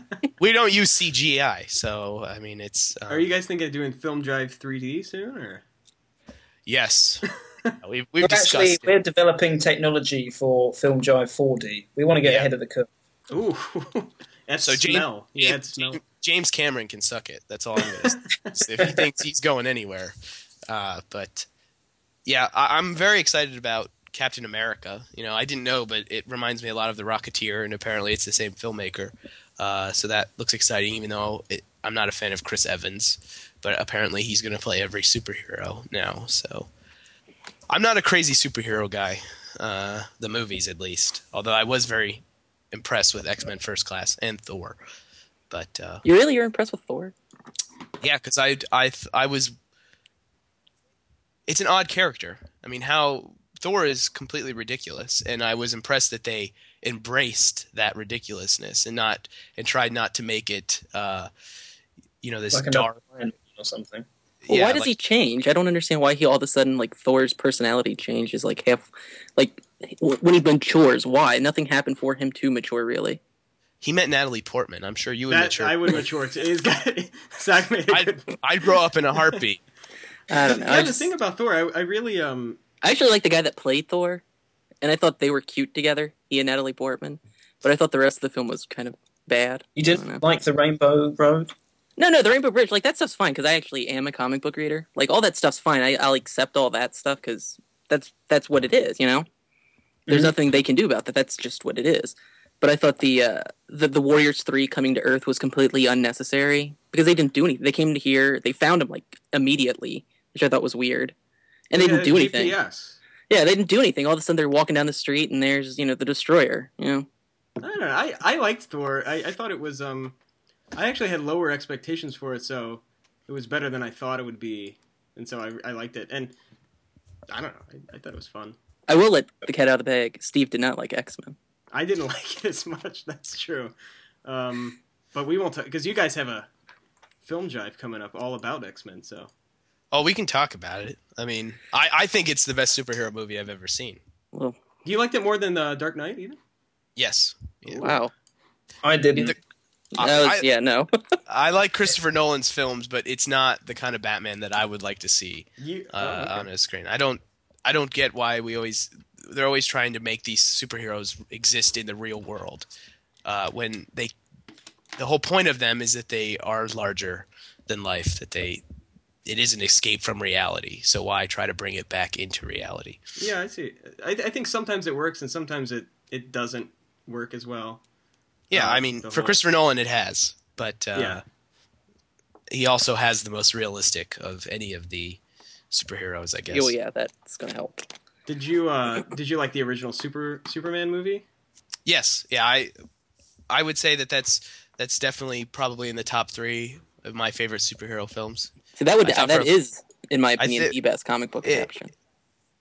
Speaker 3: we don't use CGI, so I mean it's. Um,
Speaker 1: Are you guys thinking of doing film drive 3D soon? Or
Speaker 3: Yes. We've, we've
Speaker 4: We're
Speaker 3: discussed
Speaker 4: actually
Speaker 3: it.
Speaker 4: we're developing technology for Film Jive 4D. We want to get
Speaker 3: Yeah.
Speaker 4: ahead of the curve.
Speaker 1: ooh, that's
Speaker 3: So, Jane-
Speaker 1: smell. Yeah, that's smell.
Speaker 3: James Cameron can suck it. That's all I'm going to say. if he thinks he's going anywhere. Uh, but yeah, I, I'm very excited about Captain America. You know, I didn't know, but it reminds me a lot of The Rocketeer, and apparently it's the same filmmaker. Uh, so that looks exciting, even though it, I'm not a fan of Chris Evans, but apparently he's going to play every superhero now. So I'm not a crazy superhero guy, uh, the movies at least, although I was very impressed with X Men First Class and Thor. But uh,
Speaker 2: You really you're impressed with Thor?
Speaker 3: yeah, because I I th- I was. It's an odd character. I mean, how Thor is completely ridiculous, and I was impressed that they embraced that ridiculousness and not and tried not to make it, uh, you know, this
Speaker 4: Like another
Speaker 3: dark.
Speaker 4: Iron Man or something.
Speaker 2: Well,
Speaker 3: yeah,
Speaker 2: why does
Speaker 3: like-
Speaker 2: he change? I don't understand why he all of a sudden like Thor's personality changes like half, like w- when he matures. Why nothing happened for him to mature really?
Speaker 3: He met Natalie Portman. I'm sure you would
Speaker 1: That,
Speaker 3: mature.
Speaker 1: I would mature. too. It's got- Zach made a
Speaker 3: I'd,
Speaker 1: good-
Speaker 3: I'd grow up in a heartbeat.
Speaker 2: I don't know.
Speaker 1: Yeah,
Speaker 2: I,
Speaker 1: the
Speaker 2: just,
Speaker 1: thing about Thor, I, I really um
Speaker 2: I actually like the guy that played Thor, and I thought they were cute together, he and Natalie Portman. But I thought the rest of the film was kind of bad.
Speaker 4: You
Speaker 2: I don't
Speaker 4: didn't like the Rainbow Road?
Speaker 2: No, no, the Rainbow Bridge, like that stuff's fine because I actually am a comic book reader. Like all that stuff's fine. I, I'll accept all that stuff because that's that's what it is. You know,
Speaker 1: Mm-hmm.
Speaker 2: there's
Speaker 4: Mhm.
Speaker 2: nothing they can do about that. That's just what it is. But I thought the uh, the the Warriors Three coming to Earth was completely unnecessary because they didn't do anything. They came to here. They found them like immediately, which I thought was weird, and they
Speaker 1: yeah,
Speaker 2: didn't do anything.
Speaker 1: GPS.
Speaker 2: Yeah, they didn't do anything. All of a sudden, they're walking down the street and there's you know the destroyer. You know,
Speaker 1: I don't know. I, I liked Thor. I, I thought it was um I actually had lower expectations for it, so it was better than I thought it would be, and so I I liked it. And I don't know. I, I thought it was fun.
Speaker 2: I will let the cat out of the bag. Steve did not like X Men.
Speaker 1: I didn't like it as much. That's true. Um, but we won't because you guys have a film jive coming up all about X Men. So
Speaker 3: Oh, we can talk about it. I mean, I, I think it's the best superhero movie I've ever seen.
Speaker 2: Well,
Speaker 1: you liked it more than uh, Dark Knight, even?
Speaker 3: Yes. Yeah.
Speaker 2: wow.
Speaker 4: I didn't.
Speaker 3: I-
Speaker 2: That was-
Speaker 3: I-
Speaker 2: yeah, no.
Speaker 3: I like Christopher Nolan's films, but it's not the kind of Batman that I would like to see
Speaker 1: You oh,
Speaker 3: uh,
Speaker 1: okay.
Speaker 3: on a screen. I don't I don't get why we always they're always trying to make these superheroes exist in the real world uh, when they the whole point of them is that they are larger than life that they it is an escape from reality. So why try to bring it back into reality?
Speaker 1: Yeah, I see. I, I think sometimes it works and sometimes it it doesn't work as well.
Speaker 3: Yeah,
Speaker 1: Uh,
Speaker 3: I mean,
Speaker 1: the
Speaker 3: for
Speaker 1: whole-
Speaker 3: Christopher Nolan, it has, but uh,
Speaker 1: Yeah.
Speaker 3: he also has the most realistic of any of the superheroes, I guess.
Speaker 2: Oh yeah, that's gonna help.
Speaker 1: Did you uh did you like the original Super Superman movie?
Speaker 3: Yes, yeah, I, I would say that that's that's definitely probably in the top three of my favorite superhero films.
Speaker 2: So that would
Speaker 3: I thought
Speaker 2: that
Speaker 3: for-
Speaker 2: is, in my opinion,
Speaker 3: thi-
Speaker 2: the best comic book
Speaker 3: it-
Speaker 2: adaptation.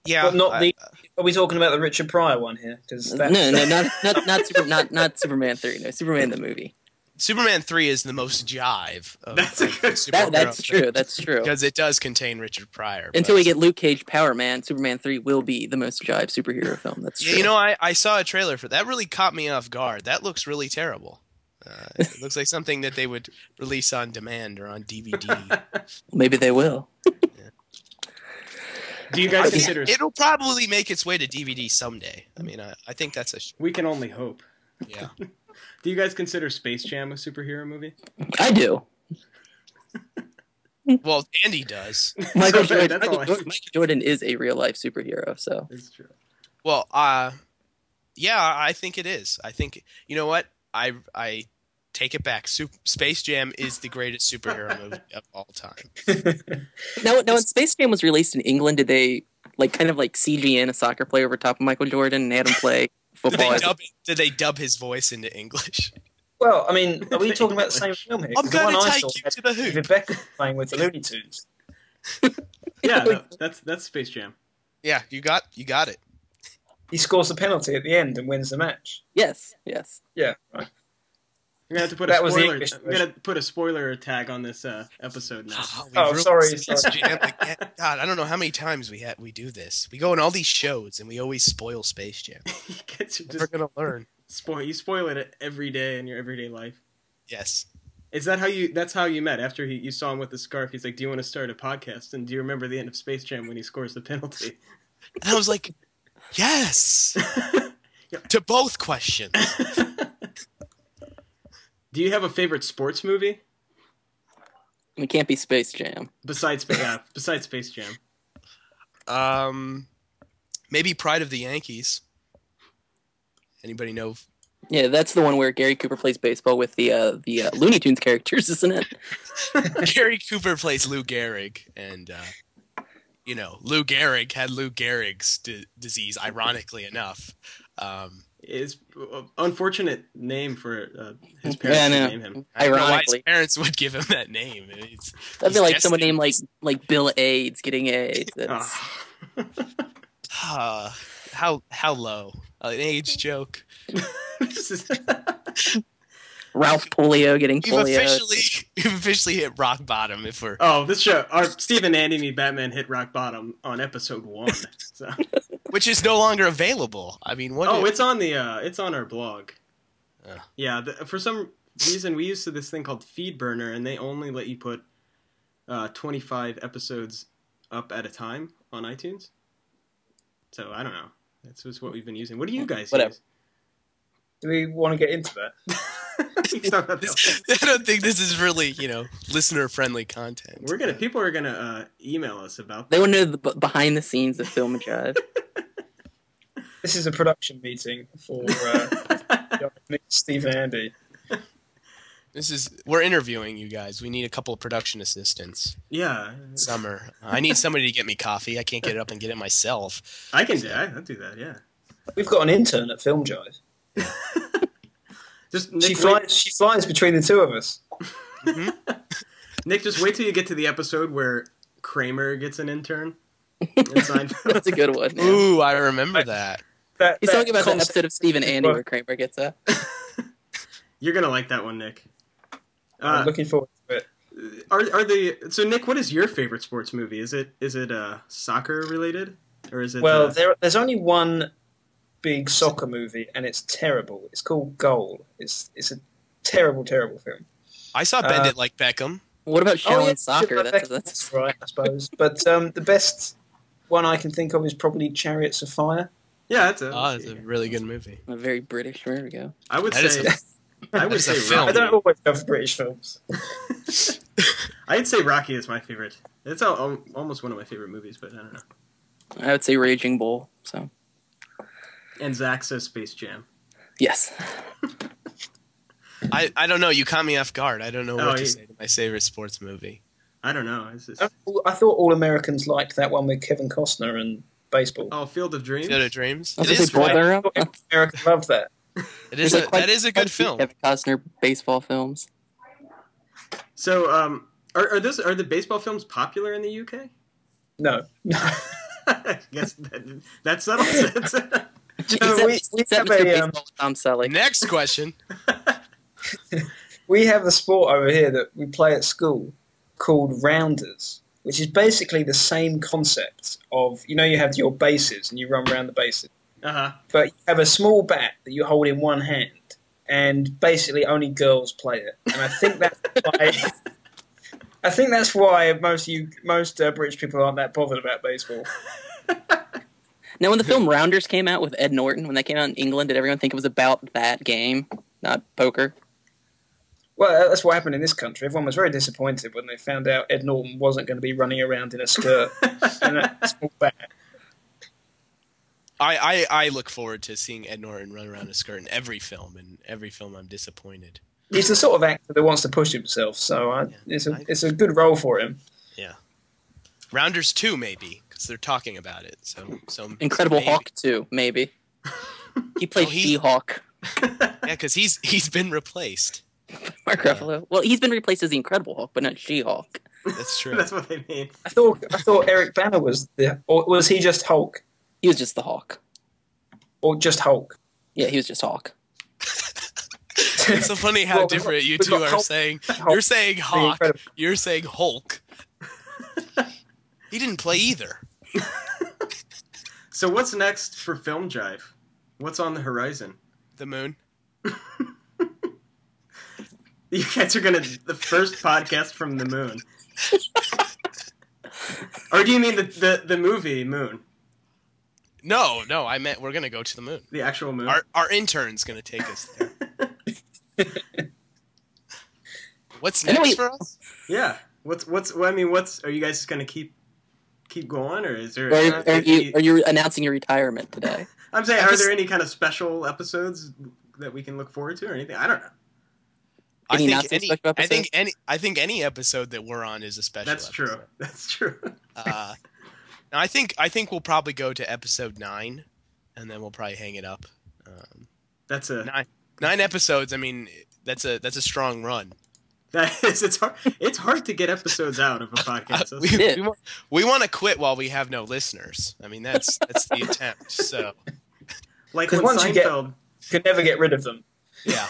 Speaker 3: Yeah,
Speaker 4: But not
Speaker 3: I-
Speaker 4: the. Are we talking about the Richard Pryor one here? 'Cause
Speaker 2: No,
Speaker 4: that-
Speaker 2: no, not not not, super, not not Superman three. No, Superman the movie.
Speaker 3: Superman three is the most jive. Of,
Speaker 1: That's a
Speaker 3: of
Speaker 1: good-
Speaker 3: superhero
Speaker 2: That, that's
Speaker 3: films,
Speaker 2: true. That's true.
Speaker 3: because it does contain Richard Pryor.
Speaker 2: Until
Speaker 3: but-
Speaker 2: we get Luke Cage Power Man, Superman three will be the most jive superhero film. That's
Speaker 3: Yeah,
Speaker 2: true.
Speaker 3: you know, I, I saw a trailer for that. Really caught me off guard. That looks really terrible. Uh, it looks like something that they would release on demand or on DVD.
Speaker 2: maybe they will.
Speaker 1: Do you
Speaker 3: I
Speaker 1: guys
Speaker 3: think
Speaker 1: consider
Speaker 3: it'll probably make its way to DVD someday. I mean, I, I think that's a sh-
Speaker 1: we can only hope.
Speaker 3: yeah.
Speaker 1: Do you guys consider Space Jam a superhero movie?
Speaker 2: I do.
Speaker 3: Well, Andy does.
Speaker 2: Michael,
Speaker 1: Sorry,
Speaker 2: Jordan,
Speaker 1: that's all
Speaker 2: Michael,
Speaker 1: I-
Speaker 2: Jordan, Michael Jordan is a real life superhero. So
Speaker 1: It's true.
Speaker 3: Well, uh, yeah, I think it is. I think you know what I I take it back. Sup- Space Jam is the greatest superhero movie of all time.
Speaker 2: now, now when Space Jam was released in England, did they like kind of like CG in a soccer player over top of Michael Jordan and had him play
Speaker 3: Did
Speaker 2: football?
Speaker 3: they
Speaker 2: as a
Speaker 3: dub? Did they dub his voice into English?
Speaker 4: Well, I mean, are we talking about the same film here? 'Cause
Speaker 3: I'm
Speaker 4: the one
Speaker 3: going to
Speaker 4: I
Speaker 3: take
Speaker 4: saw
Speaker 3: you
Speaker 4: had
Speaker 3: to the hoop.
Speaker 4: David Beckham playing with the Looney Tunes.
Speaker 1: Yeah, no, that's that's Space Jam.
Speaker 3: Yeah, you got you got it.
Speaker 4: He scores the penalty at the end and wins the match.
Speaker 2: Yes, yes.
Speaker 4: Yeah, right.
Speaker 1: We're gonna have to put
Speaker 4: That
Speaker 1: a
Speaker 4: was the
Speaker 1: spoiler.
Speaker 4: English
Speaker 1: We're gonna put a spoiler tag on this uh, episode now.
Speaker 3: Ah, we
Speaker 4: Oh,
Speaker 3: ruined
Speaker 4: sorry,
Speaker 3: Space
Speaker 4: sorry.
Speaker 3: Jam again. God, I don't know how many times we had we do this. We go on all these shows and we always spoil Space Jam.
Speaker 1: you guys are
Speaker 3: We're
Speaker 1: just
Speaker 3: gonna learn.
Speaker 1: spoil. You spoil it every day in your everyday life.
Speaker 3: Yes.
Speaker 1: Is that how you? That's how you met. After he, you saw him with the scarf, he's like, "Do you want to start a podcast?" And do you remember the end of Space Jam when he scores the penalty?
Speaker 3: And I was like, yes. to both questions.
Speaker 1: Do you have a favorite sports movie
Speaker 2: We can't be Space Jam.
Speaker 1: besides Spa- yeah, besides Space Jam?
Speaker 3: Um, maybe Pride of the Yankees. Anybody know?
Speaker 2: Yeah, that's the one where Gary Cooper plays baseball with the uh, the uh, Looney Tunes characters, isn't it?
Speaker 3: Gary Cooper plays Lou Gehrig, and uh, you know Lou Gehrig had Lou Gehrig's d- disease. Ironically enough, um,
Speaker 1: Is unfortunate name for uh, his
Speaker 2: Yeah, I
Speaker 1: parents to name him.
Speaker 2: know.
Speaker 3: I don't know why his
Speaker 2: Ironically,
Speaker 3: parents would give him that name. It's,
Speaker 2: that'd be
Speaker 3: he's
Speaker 2: like someone
Speaker 3: destined.
Speaker 2: named like like Bill AIDS getting AIDS. That's,
Speaker 1: Ah.
Speaker 3: Ah, how how low an age joke.
Speaker 1: This is-
Speaker 2: Ralph Polio getting
Speaker 3: We've
Speaker 2: polio.
Speaker 3: officially we've officially hit rock bottom. If we're
Speaker 1: oh, this show. Our Steve and Andy need Batman hit rock bottom on episode one. So.
Speaker 3: which is no longer available. I mean, what?
Speaker 1: Oh,
Speaker 3: is-
Speaker 1: it's on the uh, it's on our blog.
Speaker 3: Oh.
Speaker 1: Yeah, the, for some reason we used to this thing called Feedburner, and they only let you put uh, 25 episodes up at a time on iTunes. So I don't know. That's just what we've been using. What do you guys
Speaker 2: Whatever.
Speaker 1: use?
Speaker 4: Do we want to get into that?
Speaker 1: Let's talk about that.
Speaker 3: I don't think this is really, you know, listener friendly content.
Speaker 1: We're gonna. People are gonna uh, email us about.
Speaker 2: They want to know the b- behind the scenes of Film Jive.
Speaker 4: This is a production meeting for uh, me, Steve and Andy.
Speaker 3: This is we're interviewing you guys. We need a couple of production assistants.
Speaker 1: yeah,
Speaker 3: Summer. I need somebody to get me coffee. I can't get it up and get it myself.
Speaker 1: I can do. I, I'll do that. Yeah.
Speaker 4: We've got an intern at Film Jive.
Speaker 1: Just Nick,
Speaker 4: She
Speaker 1: wait-
Speaker 4: flies. She flies between the two of us.
Speaker 1: Nick, just wait till you get to the episode where Kramer gets an intern. In Seinfeld.
Speaker 2: That's a good one. yeah.
Speaker 3: Ooh, I remember that.
Speaker 4: That,
Speaker 2: He's
Speaker 4: that
Speaker 2: talking about that
Speaker 4: concept-
Speaker 2: episode of Steve and Andy where Kramer gets uh, a.
Speaker 1: You're gonna like that one, Nick.
Speaker 4: I'm
Speaker 1: Uh,
Speaker 4: looking forward to it.
Speaker 1: are are the so Nick? What is your favorite sports movie? Is it is it uh, soccer related or is it?
Speaker 4: Well,
Speaker 1: uh,
Speaker 4: there, there's only one big soccer movie, and it's terrible. It's called Goal. It's it's a terrible, terrible film.
Speaker 3: I saw
Speaker 4: Uh,
Speaker 3: Bend It Like Beckham.
Speaker 2: What about
Speaker 1: Oh,
Speaker 2: Shaolin
Speaker 4: yeah,
Speaker 2: Soccer?
Speaker 4: Shit
Speaker 2: That's,
Speaker 4: Like That.
Speaker 2: that's
Speaker 4: That's right, I suppose. But um, the best one I can think of is probably Chariots of Fire.
Speaker 1: yeah, that's a.
Speaker 3: Oh, it's a really good movie.
Speaker 2: a very British. There we go.
Speaker 1: I would
Speaker 3: That is
Speaker 1: say.
Speaker 3: a-
Speaker 1: I would
Speaker 3: is a
Speaker 1: say
Speaker 3: film.
Speaker 4: I
Speaker 1: Rocky.
Speaker 4: don't always go for British films.
Speaker 1: I'd say Rocky is my favorite. It's al- al- almost one of my favorite movies, but I don't know.
Speaker 2: I would say Raging Bull. So
Speaker 1: And Zach says Space Jam.
Speaker 2: yes,
Speaker 3: I, I don't know. You caught me off guard. I don't know
Speaker 1: Oh,
Speaker 3: what
Speaker 1: you-
Speaker 3: to say to my favorite sports movie.
Speaker 1: I don't know. It's just,
Speaker 4: I I thought all Americans liked that one with Kevin Costner and baseball.
Speaker 1: oh, Field of Dreams.
Speaker 3: Field of Dreams.
Speaker 2: I was
Speaker 3: It
Speaker 2: gonna
Speaker 3: is,
Speaker 2: say Ball
Speaker 4: right.
Speaker 2: Barrel.
Speaker 4: I thought Americans loved that.
Speaker 3: it is
Speaker 2: There's,
Speaker 3: a,
Speaker 2: like, quite-
Speaker 3: that is a
Speaker 2: quite
Speaker 3: good
Speaker 2: few
Speaker 3: film.
Speaker 2: Kevin Costner baseball films.
Speaker 1: So, um, are are those are the baseball films popular in the UK?
Speaker 4: No, no.
Speaker 1: I guess that, that settles it.
Speaker 4: Do you know,
Speaker 2: Except,
Speaker 4: we, we
Speaker 2: except
Speaker 4: have
Speaker 2: Mr.
Speaker 4: a, um,
Speaker 2: Baseball, Tom Selleck.
Speaker 3: Next question.
Speaker 4: we have a sport over here that we play at school called rounders, which is basically the same concept of you know you have your bases and you run around the bases,
Speaker 1: uh huh.
Speaker 4: but you have a small bat that you hold in one hand, and basically only girls play it, and I think that's why. I think that's why most you most uh, British people aren't that bothered about baseball.
Speaker 2: Now, when the film Rounders came out with Ed Norton, when that came out in England, did everyone think it was about that game, not poker?
Speaker 4: Well, that's what happened in this country. Everyone was very disappointed when they found out Ed Norton wasn't going to be running around in a skirt and uh, a small bat.
Speaker 3: I, I, I look forward to seeing Ed Norton run around a skirt in every film, and every film I'm disappointed.
Speaker 4: he's the sort of actor that wants to push himself. So I,
Speaker 3: Yeah.
Speaker 4: it's a
Speaker 3: I-
Speaker 4: it's a good role for him.
Speaker 3: Rounders 2, maybe, because they're talking about it. So, so
Speaker 2: Incredible
Speaker 3: so maybe.
Speaker 2: Hawk too, maybe. He played
Speaker 3: Oh, he-
Speaker 2: She-Hawk.
Speaker 3: Yeah, because he's, he's been replaced.
Speaker 2: Mark Ruffalo. Well, he's been replaced as the Incredible Hulk, but not She-Hulk.
Speaker 3: That's true.
Speaker 1: That's what they mean.
Speaker 4: I thought I thought Eric Banner was the or was he just Hulk
Speaker 2: He was just the Hulk.
Speaker 4: or just Hulk?
Speaker 2: Yeah, he was just Hulk.
Speaker 3: It's so funny how
Speaker 4: Well, we've
Speaker 3: different you
Speaker 4: got-
Speaker 3: two
Speaker 4: we've
Speaker 3: are
Speaker 4: got Hulk-
Speaker 3: saying.
Speaker 4: Hulk
Speaker 3: You're saying Hawk.
Speaker 4: Incredible.
Speaker 3: You're saying Hulk. he didn't play either.
Speaker 1: So, what's next for Film Jive? What's on the horizon?
Speaker 3: The moon.
Speaker 1: You guys are gonna the first podcast from the moon. or do you mean the, the the movie Moon,
Speaker 3: No, no. I meant we're gonna go to the moon.
Speaker 1: the actual moon?
Speaker 3: Our our intern's gonna take us there. What's
Speaker 2: I know
Speaker 3: next
Speaker 2: we-
Speaker 3: for us?
Speaker 1: Yeah. What's what's well, I mean? What's are you guys just gonna keep keep going, or is there? uh,
Speaker 2: Or are,
Speaker 1: any-
Speaker 2: you, are you announcing your retirement today?
Speaker 1: I'm saying,
Speaker 3: I'm
Speaker 1: are
Speaker 3: just-
Speaker 1: there any kind of special episodes that we can look forward to, or anything? I don't know.
Speaker 3: I
Speaker 2: Any
Speaker 3: think
Speaker 2: nonsense
Speaker 3: any.
Speaker 2: special
Speaker 3: I think any. I think any episode that we're on is a special.
Speaker 1: That's true.
Speaker 3: episode.
Speaker 1: That's true.
Speaker 3: Uh, now I think I think we'll probably go to episode nine, and then we'll probably hang it up. Um,
Speaker 1: That's a
Speaker 3: nine episodes. I mean, that's a that's a strong run.
Speaker 1: that is it's hard it's hard to get episodes out of a
Speaker 2: Uh,
Speaker 1: podcast.
Speaker 3: we,
Speaker 2: it.
Speaker 3: we, want, we want to quit while we have no listeners. I mean, that's that's the attempt. So
Speaker 1: like
Speaker 4: 'Cause
Speaker 1: when
Speaker 4: once you get-
Speaker 1: Seinfeld.
Speaker 4: could never get rid of them.
Speaker 3: yeah,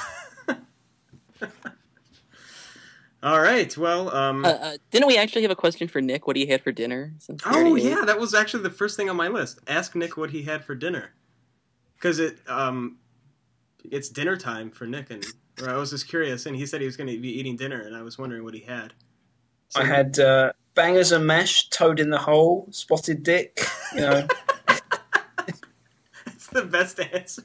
Speaker 1: All right. Well. Um,
Speaker 2: Uh, uh, didn't we actually have a question for Nick? What he had for dinner? Since we
Speaker 1: Oh
Speaker 2: already ate?
Speaker 1: yeah, that was actually the first thing on my list. Ask Nick what he had for dinner, because it um, it's dinner time for Nick, and or I was just curious, and he said he was going to be eating dinner, and I was wondering what he had. So-
Speaker 4: I had uh, Bangers and Mash, Toad in the Hole, Spotted Dick. You know,
Speaker 1: It's the best answer.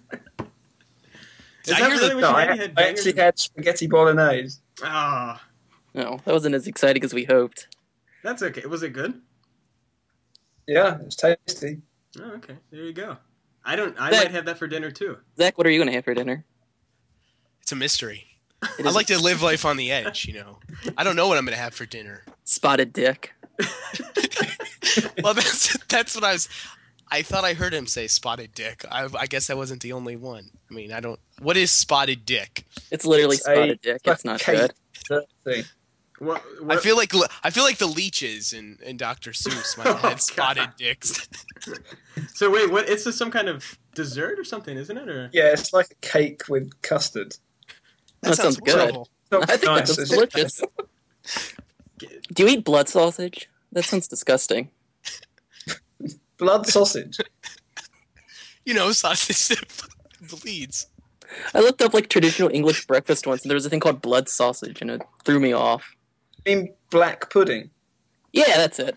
Speaker 1: Is that
Speaker 3: I hear
Speaker 1: really
Speaker 3: the-
Speaker 1: what
Speaker 4: no,
Speaker 1: you
Speaker 4: I,
Speaker 1: had? You had
Speaker 4: I
Speaker 1: bangers
Speaker 4: actually
Speaker 1: and-
Speaker 4: had spaghetti bolognese.
Speaker 1: Ah,
Speaker 2: No, that wasn't as exciting as we hoped.
Speaker 1: that's okay. Was it good?
Speaker 4: Yeah, it was tasty.
Speaker 1: Oh, okay. There you go. I don't. I
Speaker 2: That-
Speaker 1: might have that for dinner too.
Speaker 2: Zach, what are you going to have for dinner?
Speaker 3: It's a mystery.
Speaker 2: It
Speaker 3: I
Speaker 2: is
Speaker 3: like to live life on the edge, you know. I don't know what I'm going to have for dinner.
Speaker 2: spotted dick.
Speaker 3: Well, that's that's what I was. I thought I heard him say spotted dick. I, I guess I wasn't the only one. I mean, I don't. What is spotted dick?
Speaker 2: It's literally
Speaker 4: It's a
Speaker 2: spotted dick. It's not
Speaker 4: fucking-
Speaker 2: good.
Speaker 4: That thing.
Speaker 1: What?
Speaker 3: I
Speaker 1: what
Speaker 3: feel like I feel like the leeches in, in Dr. Seuss might have
Speaker 1: Oh,
Speaker 3: had spotted
Speaker 1: God.
Speaker 3: dicks.
Speaker 1: so wait, what? It's just some kind of dessert or something, isn't it? Or
Speaker 4: Yeah, it's like a cake with custard.
Speaker 2: That sounds good.
Speaker 3: horrible.
Speaker 4: It's not
Speaker 2: I think
Speaker 4: nice,
Speaker 2: that's
Speaker 4: it's-
Speaker 2: delicious. Do you eat blood sausage? That sounds disgusting.
Speaker 4: Blood sausage.
Speaker 3: You know, sausage that bleeds.
Speaker 2: I looked up like traditional English breakfast once, and there was a thing called blood sausage, and it threw me off.
Speaker 4: I mean, black pudding.
Speaker 2: Yeah, that's it.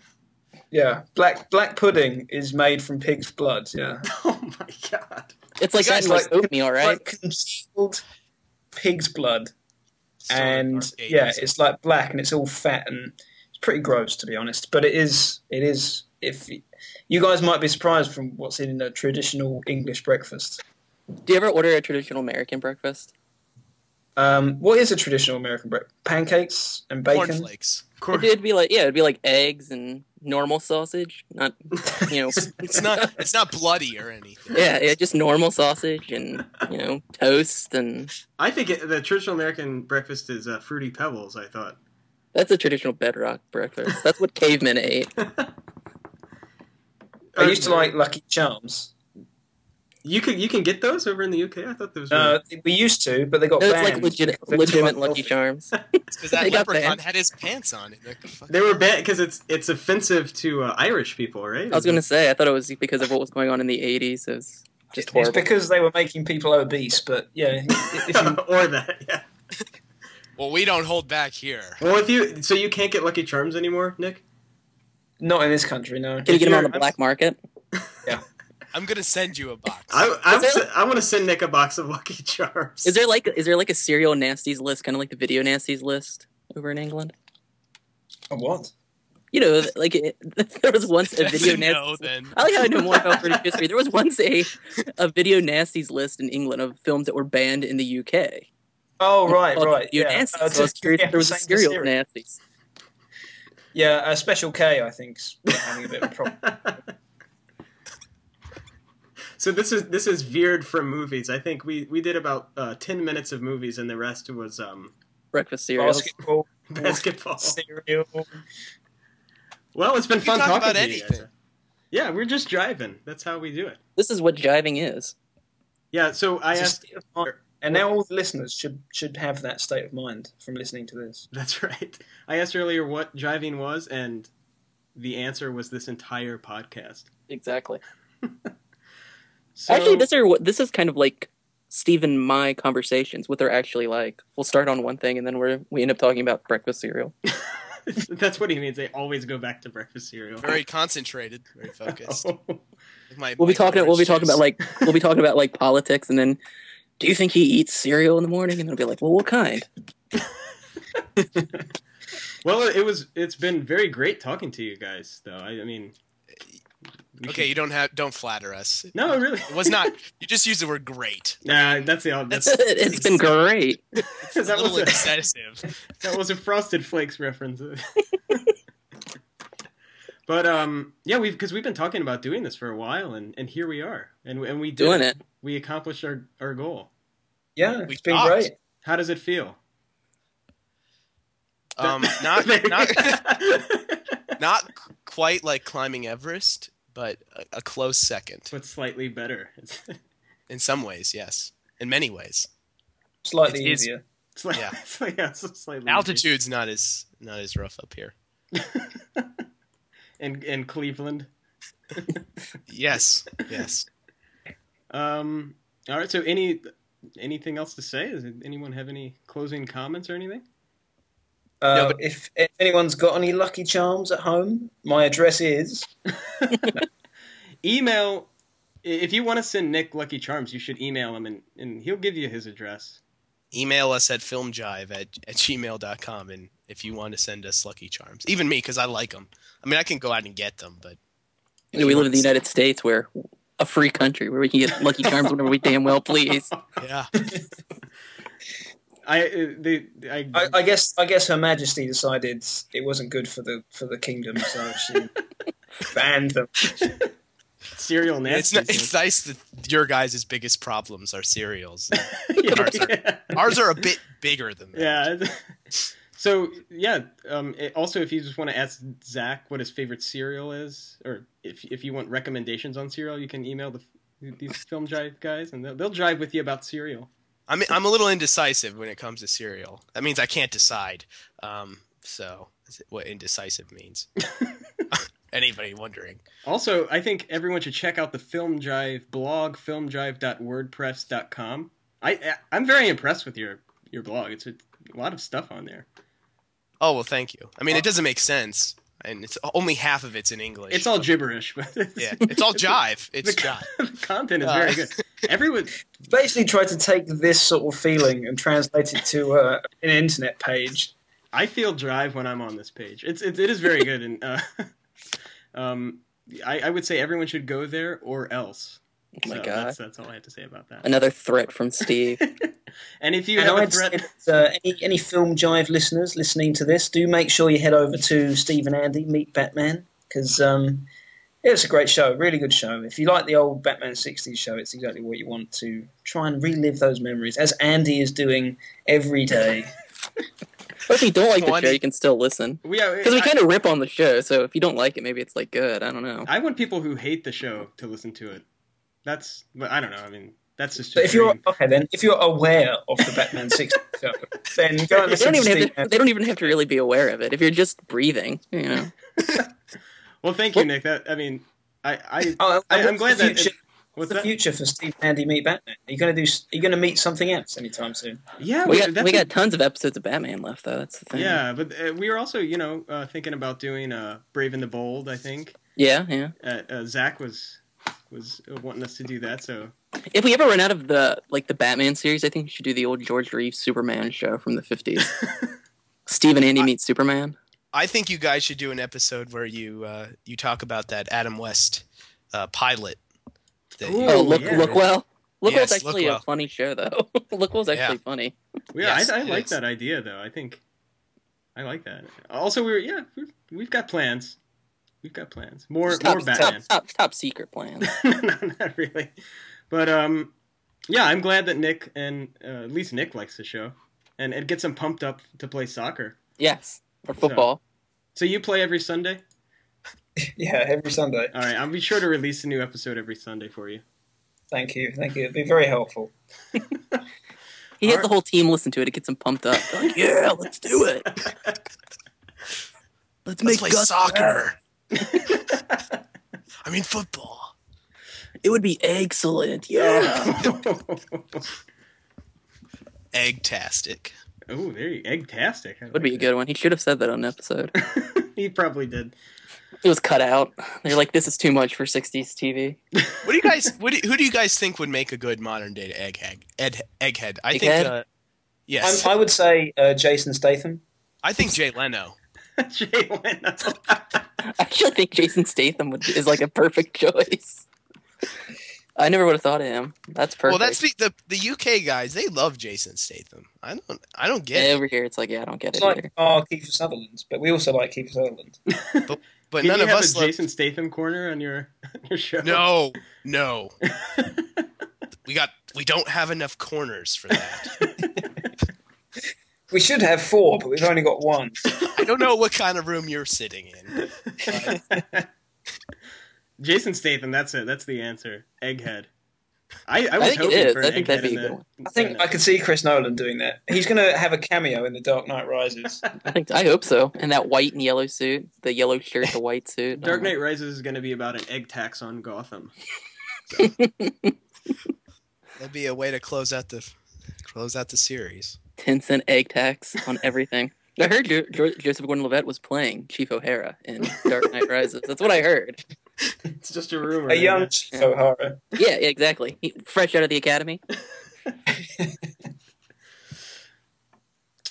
Speaker 4: Yeah, black black pudding is made from pig's blood. Yeah,
Speaker 1: oh my god!
Speaker 2: It's like that
Speaker 4: It's
Speaker 2: and like,
Speaker 4: like-
Speaker 2: oatmeal, right?
Speaker 4: like concealed pig's blood,
Speaker 3: Sort of
Speaker 4: and
Speaker 3: arcade
Speaker 4: yeah,
Speaker 3: mystery.
Speaker 4: it's like black and it's all fat and it's pretty gross to be honest. But it is, it is. If y- you guys might be surprised from what's in a traditional English breakfast.
Speaker 2: Do you ever order a traditional American breakfast?
Speaker 4: Um, what is a traditional American breakfast? Pancakes and bacon.
Speaker 3: cornflakes.
Speaker 1: Cor-
Speaker 2: It'd be like yeah, it'd be like eggs and normal sausage, not you know
Speaker 3: It's not it's not bloody or anything.
Speaker 2: yeah, yeah, just normal sausage and you know toast and
Speaker 1: I think it, the traditional American breakfast is uh, fruity pebbles. I thought.
Speaker 2: that's a traditional bedrock breakfast. That's what cavemen ate.
Speaker 4: I
Speaker 1: Uh,
Speaker 4: used to like Lucky Charms.
Speaker 1: You can you can get those over in the UK. I thought those were.
Speaker 4: Uh, we used to, but they got
Speaker 2: No, it's
Speaker 4: banned.
Speaker 2: like legit,
Speaker 4: because they're too
Speaker 2: legitimate Lucky
Speaker 4: unhealthy.
Speaker 2: Charms.
Speaker 3: Because that
Speaker 2: They got
Speaker 3: leprechaun
Speaker 2: banned.
Speaker 3: had his pants on. It like, fuck.
Speaker 1: they were bad because it's it's offensive to uh, Irish people, right?
Speaker 2: I was gonna say I thought it was because of what was going on in the '80s. It was just
Speaker 4: It's
Speaker 2: horrible.
Speaker 4: because they were making people obese, but yeah, if you
Speaker 1: or that, yeah.
Speaker 3: Well, we don't hold back here.
Speaker 1: Well, if you so you can't get Lucky Charms anymore, Nick.
Speaker 4: Not in this country, no.
Speaker 2: Can you get them on the
Speaker 1: Here, I'm-
Speaker 2: black market?
Speaker 3: I'm gonna send you a box.
Speaker 1: I I'm,
Speaker 2: Is there-
Speaker 1: s- I want to send Nick a box of Lucky Charms.
Speaker 2: Is there like is there like a serial nasties list, kind of like the video nasties list over in England?
Speaker 4: Oh, what?
Speaker 2: You know, like it, there was once a
Speaker 3: That's
Speaker 2: video
Speaker 3: a
Speaker 2: nasties.
Speaker 3: no, then.
Speaker 2: I like how I know more about British history. There was once a, a video nasties list in England of films that were banned in the UK.
Speaker 4: Oh, right,
Speaker 2: Called
Speaker 4: right.
Speaker 2: Video
Speaker 4: Yeah.
Speaker 2: nasties.
Speaker 4: Oh, it's
Speaker 2: so I was
Speaker 4: just-
Speaker 2: curious
Speaker 4: yeah,
Speaker 2: if there was a
Speaker 4: same
Speaker 2: serial
Speaker 4: series.
Speaker 2: nasties.
Speaker 4: Yeah, uh, Special K, I think, is having a bit of a problem.
Speaker 1: so this is this is veered from movies. I think we we did about uh, ten minutes of movies, and the rest was um,
Speaker 2: Breakfast cereals.
Speaker 4: Basketball,
Speaker 1: basketball.
Speaker 4: cereal.
Speaker 1: Well, it's been
Speaker 3: We
Speaker 1: fun
Speaker 3: talk
Speaker 1: talking
Speaker 3: about
Speaker 1: to you guys.
Speaker 3: anything.
Speaker 1: Yeah, we're just driving. That's how we do it.
Speaker 2: This is what jiving is.
Speaker 1: Yeah. So I
Speaker 4: It's a
Speaker 1: asked.
Speaker 4: state of mind. And now all the listeners should should have that state of mind from listening to this.
Speaker 1: That's right. I asked earlier what driving was, and the answer was this entire podcast.
Speaker 2: Exactly.
Speaker 1: So,
Speaker 2: Actually, this are what- this is kind of like Steve and my conversations. What they're actually like. We'll start on one thing, and then we're we end up talking about breakfast cereal.
Speaker 1: that's what he means. They always go back to breakfast cereal.
Speaker 3: Very concentrated, very focused. Like my-
Speaker 2: We'll be
Speaker 3: my
Speaker 2: talking. We'll be
Speaker 3: orange
Speaker 2: talking about
Speaker 3: juice.
Speaker 2: like we'll be talking about like politics, and then do you think he eats cereal in the morning? And they'll be like, well, what kind?
Speaker 1: Well, it was. It's been very great talking to you guys, though. I, I mean, we
Speaker 3: Okay,
Speaker 1: should-
Speaker 3: you don't have don't flatter us. It
Speaker 1: no, really, it
Speaker 3: was not you just used the word great.
Speaker 1: Nah, that's the. That's,
Speaker 2: it's been great.
Speaker 3: It's a
Speaker 1: that
Speaker 3: little
Speaker 1: was a,
Speaker 3: excessive.
Speaker 1: that was a Frosted Flakes reference. but um, yeah, we've because we've been talking about doing this for a while, and and here we are, and and we did
Speaker 2: Doing it.
Speaker 1: We accomplished our our goal.
Speaker 4: Yeah,
Speaker 3: We
Speaker 4: it's been
Speaker 3: talked.
Speaker 4: great.
Speaker 1: How does it feel?
Speaker 3: Um not not not quite like climbing Everest, but a, a close second
Speaker 1: but slightly better. It's,
Speaker 3: in some ways. Yes, in many ways.
Speaker 4: Slightly
Speaker 3: It is-
Speaker 4: easier.
Speaker 1: it's like,
Speaker 3: Yeah.
Speaker 1: it's like yeah, it's slightly
Speaker 3: Altitude's not as not as rough up here.
Speaker 1: in in Cleveland.
Speaker 3: Yes, yes.
Speaker 1: Um, all right. So any anything else to say? Does anyone have any closing comments or anything?
Speaker 4: Uh,
Speaker 3: No, but-
Speaker 4: if, if anyone's got any Lucky Charms at home, my address is.
Speaker 1: Email i- if you want to send Nick Lucky Charms, you should email him and, and he'll give you his address.
Speaker 3: Email us at filmjive at, at gmail.com. And if you want to send us Lucky Charms, even me, because I like them. I mean, I can go out and get them, but
Speaker 2: You know, we live in the United States, where a free country where we can get Lucky Charms whenever we damn well please.
Speaker 3: yeah.
Speaker 1: I uh, they I,
Speaker 3: Uh,
Speaker 4: I, I guess I guess Her Majesty decided it wasn't good for the for the kingdom, so she banned them.
Speaker 1: cereal
Speaker 3: It's,
Speaker 1: nasty.
Speaker 3: ni- it's nice that your guys' biggest problems are cereals.
Speaker 1: yeah.
Speaker 3: Ours are a bit bigger than that.
Speaker 1: Yeah. So yeah. Um, it- also, if you just want to ask Zach what his favorite cereal is, or if if you want recommendations on cereal, you can email the these film jive guys, and they'll, they'll jive with you about cereal.
Speaker 3: I'm I'm a little indecisive when it comes to cereal. That means I can't decide. Um, so is it what indecisive means? Anybody wondering?
Speaker 1: Also, I think everyone should check out the Film Jive blog, filmjive.wordpress.com. I, I I'm very impressed with your your blog. It's a lot of stuff on there.
Speaker 3: Oh well, thank you. I mean,
Speaker 1: Uh,
Speaker 3: it doesn't make sense, and it's only half of it's in English.
Speaker 1: It's all gibberish, but it's,
Speaker 3: yeah, it's all jive. It's
Speaker 1: The-
Speaker 3: jive.
Speaker 1: the content is
Speaker 2: Uh.
Speaker 1: very good. Everyone,
Speaker 4: Basically, tried to take this sort of feeling and translate it to uh, an internet page.
Speaker 1: I feel drive when I'm on this page. It's it, it is very good, and uh, um, I, I would say everyone should go there or else.
Speaker 2: Oh my
Speaker 1: so
Speaker 2: god!
Speaker 1: that's, that's all I have to say about that.
Speaker 2: Another threat from Steve.
Speaker 1: And if you
Speaker 4: and
Speaker 1: have a
Speaker 4: I'd
Speaker 1: threat,
Speaker 4: say that, uh, any any film jive listeners listening to this, do make sure you head over to Steve and Andy Meet Batman because um, it's a great show, really good show. If you like the old Batman '60s show, it's exactly what you want to try and relive those memories, as Andy is doing every day.
Speaker 2: but if you don't like the
Speaker 3: Funny.
Speaker 2: show, you can still listen
Speaker 1: we are,
Speaker 2: because we
Speaker 1: I-
Speaker 2: kind of rip on the show. So if you don't like it, maybe it's like good. I don't know.
Speaker 1: I want people who hate the show to listen to it. That's, but I don't know. I mean, that's just.
Speaker 4: So
Speaker 1: a
Speaker 4: if you're
Speaker 1: dream.
Speaker 4: okay, then if you're aware of the Batman '60s show, then go
Speaker 2: They
Speaker 4: and listen
Speaker 2: don't
Speaker 4: to
Speaker 2: even
Speaker 4: Steve.
Speaker 2: have to,
Speaker 4: and
Speaker 2: they don't even have to really be aware of it. If you're just breathing, you know.
Speaker 1: well, thank you, Nick. That I mean, I I,
Speaker 4: Oh,
Speaker 1: I
Speaker 4: what's
Speaker 1: I'm glad
Speaker 4: the
Speaker 1: that.
Speaker 4: future,
Speaker 1: what's
Speaker 4: what's the
Speaker 1: that?
Speaker 4: future for Steve and Andy Meet Batman? Are you going to do? Are you going to meet something else anytime soon?
Speaker 1: Yeah,
Speaker 2: We got
Speaker 1: that's
Speaker 2: we
Speaker 1: a-
Speaker 2: got tons of episodes of Batman left though. That's the thing.
Speaker 1: Yeah, but uh, we were also, you know, uh, thinking about doing uh, Brave and the Bold. I think
Speaker 2: yeah, yeah.
Speaker 1: uh, uh, Zach was was uh, wanting us to do that, so
Speaker 2: If we ever run out of the like the Batman series, I think we should do the old George Reeves Superman show from the fifties. Steve and Andy meet Superman.
Speaker 3: I think you guys should do an episode where you uh, you talk about that Adam West uh, pilot. that you-
Speaker 1: Ooh.
Speaker 2: Oh, look,
Speaker 1: yeah.
Speaker 2: look well. Look
Speaker 3: Yes,
Speaker 2: well's actually
Speaker 3: Look Well.
Speaker 2: a funny show though. look well's actually
Speaker 3: Yeah.
Speaker 2: funny.
Speaker 1: yeah,
Speaker 3: Yes,
Speaker 1: I, I
Speaker 3: it
Speaker 1: like
Speaker 3: is.
Speaker 1: that idea though. I think I like that. Also, we were yeah, we've, we've got plans. We've got plans. More more
Speaker 2: Top,
Speaker 1: Batman.
Speaker 2: top, top, top secret plan.
Speaker 1: no, not really. But um, yeah, I'm glad that Nick and uh, at least Nick likes the show, and it gets him pumped up to play soccer.
Speaker 2: yes, or football.
Speaker 1: So you play every Sunday.
Speaker 4: Yeah, every Sunday.
Speaker 1: All right, I'll be sure to release a new episode every Sunday for you.
Speaker 4: Thank you, thank you. It'd be very helpful.
Speaker 2: He has
Speaker 1: Alright.
Speaker 2: the whole team listen to it. It gets him pumped up. They're like, yeah, let's do it. Let's
Speaker 3: Let's
Speaker 2: make
Speaker 3: play
Speaker 2: Gus laugh.
Speaker 3: soccer. I mean football.
Speaker 2: It would be excellent. Yeah.
Speaker 3: Eggtastic.
Speaker 1: oh, there you eggtastic. I
Speaker 2: would be a
Speaker 1: like
Speaker 2: good one. He should have said that on an episode.
Speaker 1: that. He probably did.
Speaker 2: It was cut out. They're like, this is too much for 60s TV.
Speaker 3: What do you guys? What do, who do you guys think would make a good modern day egghead? Ed, egghead. I think.
Speaker 2: Egghead?
Speaker 3: Uh,
Speaker 4: I'm,
Speaker 3: yes, i
Speaker 4: I would say uh, Jason Statham.
Speaker 3: think Jay Leno.
Speaker 1: Jay Leno.
Speaker 2: I actually think Jason Statham would, is like a perfect choice. I never would have thought of him. That's perfect.
Speaker 3: Well, that's the, the the UK guys. They love Jason Statham. I don't. I don't get it.
Speaker 2: Over here, it's like, yeah, I don't get
Speaker 4: It's
Speaker 2: it
Speaker 4: like
Speaker 2: either.
Speaker 4: our Kiefer Sutherland, but we also like Kiefer Sutherland.
Speaker 3: But
Speaker 1: Can
Speaker 3: none
Speaker 1: you
Speaker 3: of
Speaker 1: have
Speaker 3: us
Speaker 1: a
Speaker 3: love.
Speaker 1: Jason Statham corner on your on your show.
Speaker 3: No, no. we got. We don't have enough corners for that.
Speaker 4: We should have four, but we've only got one.
Speaker 3: I don't know what kind of room you're sitting in.
Speaker 1: Jason Statham. That's it. That's the answer. Egghead. I, I
Speaker 2: I
Speaker 1: was
Speaker 2: think it
Speaker 1: hoping
Speaker 2: is.
Speaker 1: for
Speaker 2: I
Speaker 1: an
Speaker 2: think
Speaker 1: egghead
Speaker 2: that'd be
Speaker 1: in
Speaker 2: a
Speaker 1: the.
Speaker 2: good one.
Speaker 4: I think
Speaker 1: uh,
Speaker 4: I could see Chris Nolan doing that. He's going to have a cameo in The Dark Knight Rises.
Speaker 2: I think I hope so. And that white and yellow suit, the yellow shirt, the white suit.
Speaker 1: Dark
Speaker 2: Um,
Speaker 1: Knight Rises is going to be about an egg tax on Gotham.
Speaker 3: That'd be a way to close out the close out the series.
Speaker 2: ten cent egg tax on everything. I heard jo- jo- Joseph Gordon-Levitt was playing Chief O'Hara in Dark Knight Rises. That's what I heard.
Speaker 1: It's just a rumor.
Speaker 4: A young
Speaker 1: man.
Speaker 4: Chief
Speaker 2: Yeah.
Speaker 4: O'Hara.
Speaker 2: Yeah, exactly. He, fresh out of the academy.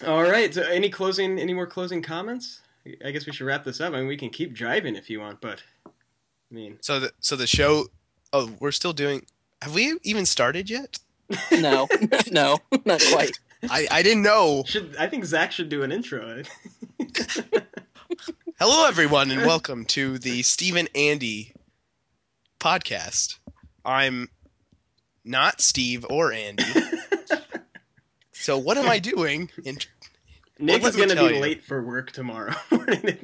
Speaker 1: All right. So any closing? Any more closing comments? I guess we should wrap this up. I mean, we can keep driving if you want, but I mean,
Speaker 3: So the so the show. Oh, we're still doing. Have we even started yet?
Speaker 2: No, no, not quite.
Speaker 3: I I didn't know.
Speaker 1: should I think Zach should do an intro?
Speaker 3: Hello, everyone, and welcome to the Steve Andy podcast. I'm not Steve or Andy. so what am I doing? In-
Speaker 1: Nick
Speaker 3: let
Speaker 1: is
Speaker 3: me
Speaker 1: going to
Speaker 3: tell
Speaker 1: be
Speaker 3: you.
Speaker 1: late for work tomorrow morning.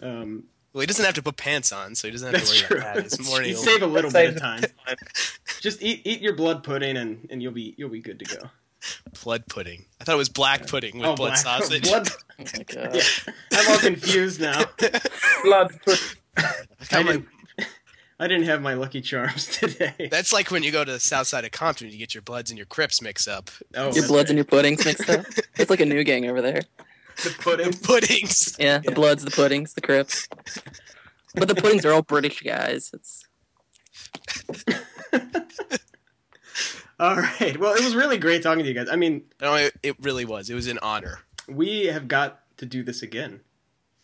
Speaker 1: um,
Speaker 3: well, he doesn't have to put pants on, so he doesn't have
Speaker 1: that's
Speaker 3: to worry
Speaker 1: true.
Speaker 3: about that. It's
Speaker 1: That's-
Speaker 3: morning.
Speaker 1: you save a little
Speaker 4: Save
Speaker 1: bit of time. Just eat eat your blood pudding, and, and you'll be you'll be good to go.
Speaker 3: blood pudding. I thought it was black pudding with
Speaker 1: Oh,
Speaker 3: blood
Speaker 1: black-
Speaker 3: sausage.
Speaker 1: blood-
Speaker 2: Oh my God.
Speaker 1: Yeah. I'm all confused now.
Speaker 4: Blood. pudding.
Speaker 3: I
Speaker 1: I
Speaker 3: got my-
Speaker 1: didn't, I didn't have my Lucky Charms today.
Speaker 3: that's like when you go to the south side of Compton, you get your bloods and your crips mixed up.
Speaker 1: Oh,
Speaker 2: Your
Speaker 1: that's
Speaker 2: bloods and
Speaker 1: right.
Speaker 2: your puddings mixed up. It's like a new gang over there.
Speaker 1: the pudding.
Speaker 3: Puddings.
Speaker 2: Yeah, the bloods, the puddings, the crips. But the puddings are all British guys. It's
Speaker 1: All right. Well, it was really great talking to you guys. I mean,
Speaker 3: No, Oh, it, it really was. It was an honor.
Speaker 1: we have got to do this again.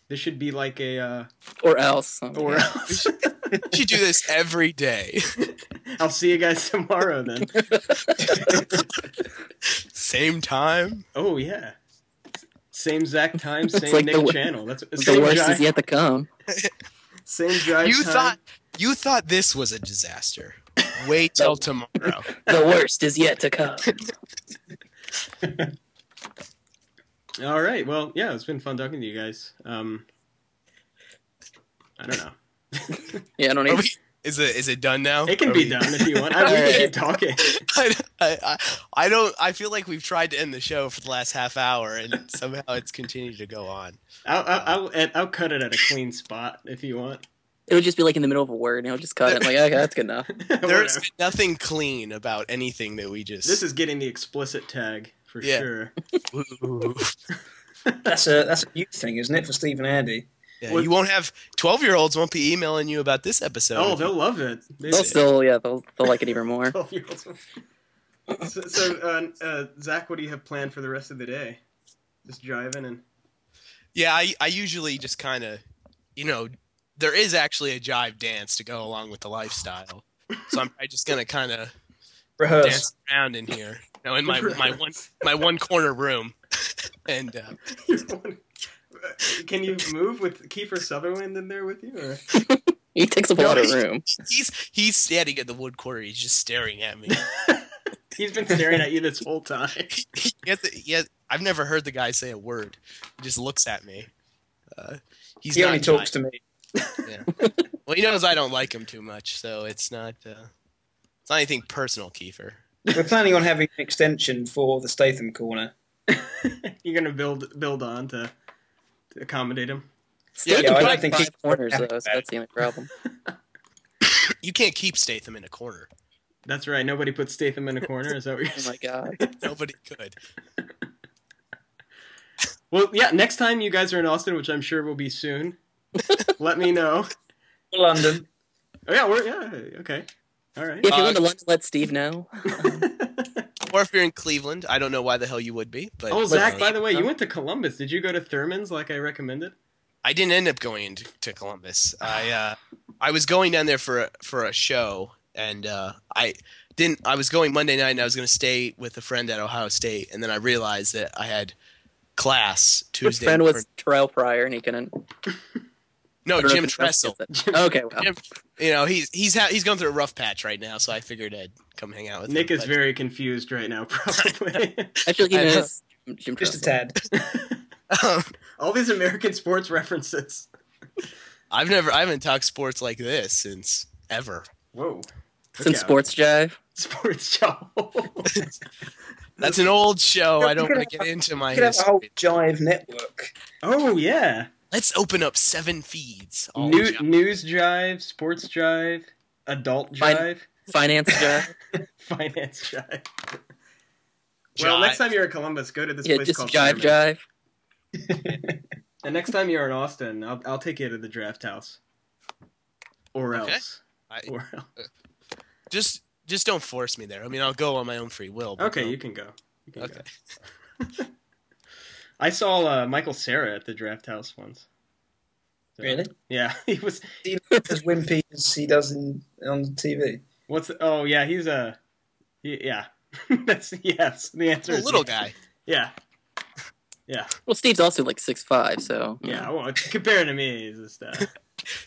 Speaker 1: This should be like a uh,
Speaker 2: or else. Oh my
Speaker 1: or
Speaker 2: God.
Speaker 1: else.
Speaker 3: You should do this every day.
Speaker 1: I'll see you guys tomorrow then.
Speaker 3: Same time.
Speaker 1: Oh yeah. Same Zach time,
Speaker 2: It's
Speaker 1: same
Speaker 2: like
Speaker 1: Nick
Speaker 2: the wo-
Speaker 1: channel. That's
Speaker 2: the
Speaker 1: same
Speaker 2: worst
Speaker 1: drive,
Speaker 2: is yet to come.
Speaker 1: same drive.
Speaker 3: You
Speaker 1: time.
Speaker 3: thought you thought this was a disaster. Wait till tomorrow.
Speaker 2: The worst is yet to come.
Speaker 1: All right. Well, yeah, it's been fun talking to you guys. Um, I don't know.
Speaker 2: Yeah, I don't
Speaker 3: Are
Speaker 2: even.
Speaker 3: we, is it is it done now?
Speaker 1: It can
Speaker 3: Are
Speaker 1: be
Speaker 3: we-
Speaker 1: done if you want. I we
Speaker 2: Alright.
Speaker 1: can keep talking.
Speaker 3: I, I, I don't. I feel like we've tried to end the show for the last half hour, and somehow it's continued to go on.
Speaker 1: I'll, I'll, I'll, ed- I'll cut it at a clean spot if you want.
Speaker 2: It'll just be like in the middle of a word, and it'll just cut it. Like, okay, that's good enough.
Speaker 3: There's
Speaker 1: Whatever.
Speaker 3: been nothing clean about anything that we just.
Speaker 1: This is getting the explicit tag for
Speaker 3: Yeah.
Speaker 1: sure.
Speaker 3: Ooh.
Speaker 4: That's a that's a youth thing, isn't it, for Steve and Andy?
Speaker 3: Yeah,
Speaker 1: What-
Speaker 3: you won't have twelve year olds won't be emailing you about this episode.
Speaker 1: Oh, they'll love it. They
Speaker 2: They'll still, yeah, they'll, they'll like it even more.
Speaker 1: 12 year olds. So, so uh, uh, Zach, what do you have planned for the rest of the day? Just driving and.
Speaker 3: Yeah, I, I usually just kind of, you know, there is actually a jive dance to go along with the lifestyle. So I'm probably just gonna kind of
Speaker 4: Rehearse.
Speaker 3: dance around in here, you know, in my my one my one corner room, and uh,
Speaker 1: Uh, Can you move with Kiefer Sutherland in there with you? Or?
Speaker 2: He takes up a lot of room.
Speaker 3: he's he's standing at the wood corner. He's just staring at me.
Speaker 1: He's been staring at you this whole time.
Speaker 3: he has, he has, I've never heard the guy say a word. He just looks at me. Uh, he's
Speaker 4: He
Speaker 3: not
Speaker 4: only talks to me.
Speaker 3: jive- Well, he knows I don't like him too much, so it's not uh, it's not anything personal, Kiefer.
Speaker 4: We're planning on having an extension for the Statham corner.
Speaker 1: You're gonna build build on to, to accommodate him.
Speaker 2: Still yeah,
Speaker 3: Yeah, I
Speaker 2: can
Speaker 3: don't
Speaker 2: I
Speaker 4: think
Speaker 2: five
Speaker 4: he's-
Speaker 2: corners though, so that's the only problem.
Speaker 3: You can't keep Statham in a corner.
Speaker 1: That's right. Nobody put Statham in a corner. Is that what you're
Speaker 2: Oh
Speaker 1: saying?
Speaker 2: my god.
Speaker 3: Nobody could.
Speaker 1: Well, yeah. Next time you guys are in Austin, which I'm sure will be soon, let me know.
Speaker 4: For London.
Speaker 1: Oh yeah, we're yeah. Okay. All right.
Speaker 2: Yeah, if you
Speaker 3: Uh,
Speaker 2: want to lunch, let Steve know.
Speaker 3: Or if you're in Cleveland, I don't know why the hell you would be, but
Speaker 1: Oh, Zach. By the way,
Speaker 2: Huh?
Speaker 1: you went to Columbus. Did you go to Thurman's like I recommended?
Speaker 3: I didn't end up going to, to Columbus. I uh, I was going down there for a, for a show, and uh, I didn't. I was going Monday night, and I was going to stay with a friend at Ohio State, and then I realized that I had class
Speaker 2: His
Speaker 3: Tuesday.
Speaker 2: friend
Speaker 3: for-
Speaker 2: was Terrell Pryor, and he couldn't.
Speaker 3: no
Speaker 2: I don't know if
Speaker 3: Jim
Speaker 2: it counts
Speaker 3: Tressel.
Speaker 2: as it. Okay, well,
Speaker 3: Jim- You know he's he's ha- he's going through a rough patch right now, so I figured I'd come hang out with
Speaker 1: Nick
Speaker 3: him.
Speaker 1: is
Speaker 3: but-
Speaker 1: very confused right now. Probably.
Speaker 2: actually, he
Speaker 3: I-
Speaker 2: knows Jim
Speaker 4: Just a
Speaker 2: Tressel.
Speaker 4: tad.
Speaker 1: All these American sports references.
Speaker 3: I've never I haven't talked sports like this since ever.
Speaker 1: Whoa.
Speaker 2: Since
Speaker 1: Okay.
Speaker 2: sports jive,
Speaker 1: sports show. Oh,
Speaker 3: That's an old show. I don't want to get into my
Speaker 4: We could have a whole
Speaker 3: history.
Speaker 4: Jive network.
Speaker 1: oh yeah. Oh,
Speaker 3: Let's open up seven feeds. Oh, all
Speaker 1: New,
Speaker 3: job.
Speaker 1: news drive, sports drive, adult
Speaker 2: Fin-
Speaker 1: drive,
Speaker 2: finance jive.
Speaker 1: finance drive. Well,
Speaker 3: Jive.
Speaker 1: next time you're in Columbus, go to this
Speaker 2: yeah,
Speaker 1: place
Speaker 2: just
Speaker 1: called
Speaker 2: jive,
Speaker 1: Cinnamon.
Speaker 2: jive.
Speaker 1: And next time you're in Austin, I'll, I'll take you to the draft house. Or
Speaker 3: Okay.
Speaker 1: else.
Speaker 3: I-
Speaker 1: Or else.
Speaker 3: just just don't force me there. I mean, I'll go on my own free will. but
Speaker 1: Okay,
Speaker 3: don't-
Speaker 1: you can go. You can
Speaker 3: Okay.
Speaker 1: go. I saw uh, Michael Sarah at the draft house once. So-
Speaker 4: Really?
Speaker 1: Yeah, he was.
Speaker 4: As wimpy as he does in, on TV.
Speaker 1: What's? Oh, yeah, he's a. he- yeah, that's yes. The answer
Speaker 3: Well,
Speaker 1: is
Speaker 3: little
Speaker 1: yes.
Speaker 3: guy.
Speaker 1: Yeah, yeah,
Speaker 2: Well, Steve's also like six five, so you
Speaker 1: yeah.
Speaker 2: know.
Speaker 1: Well, compared to me, he's just uh,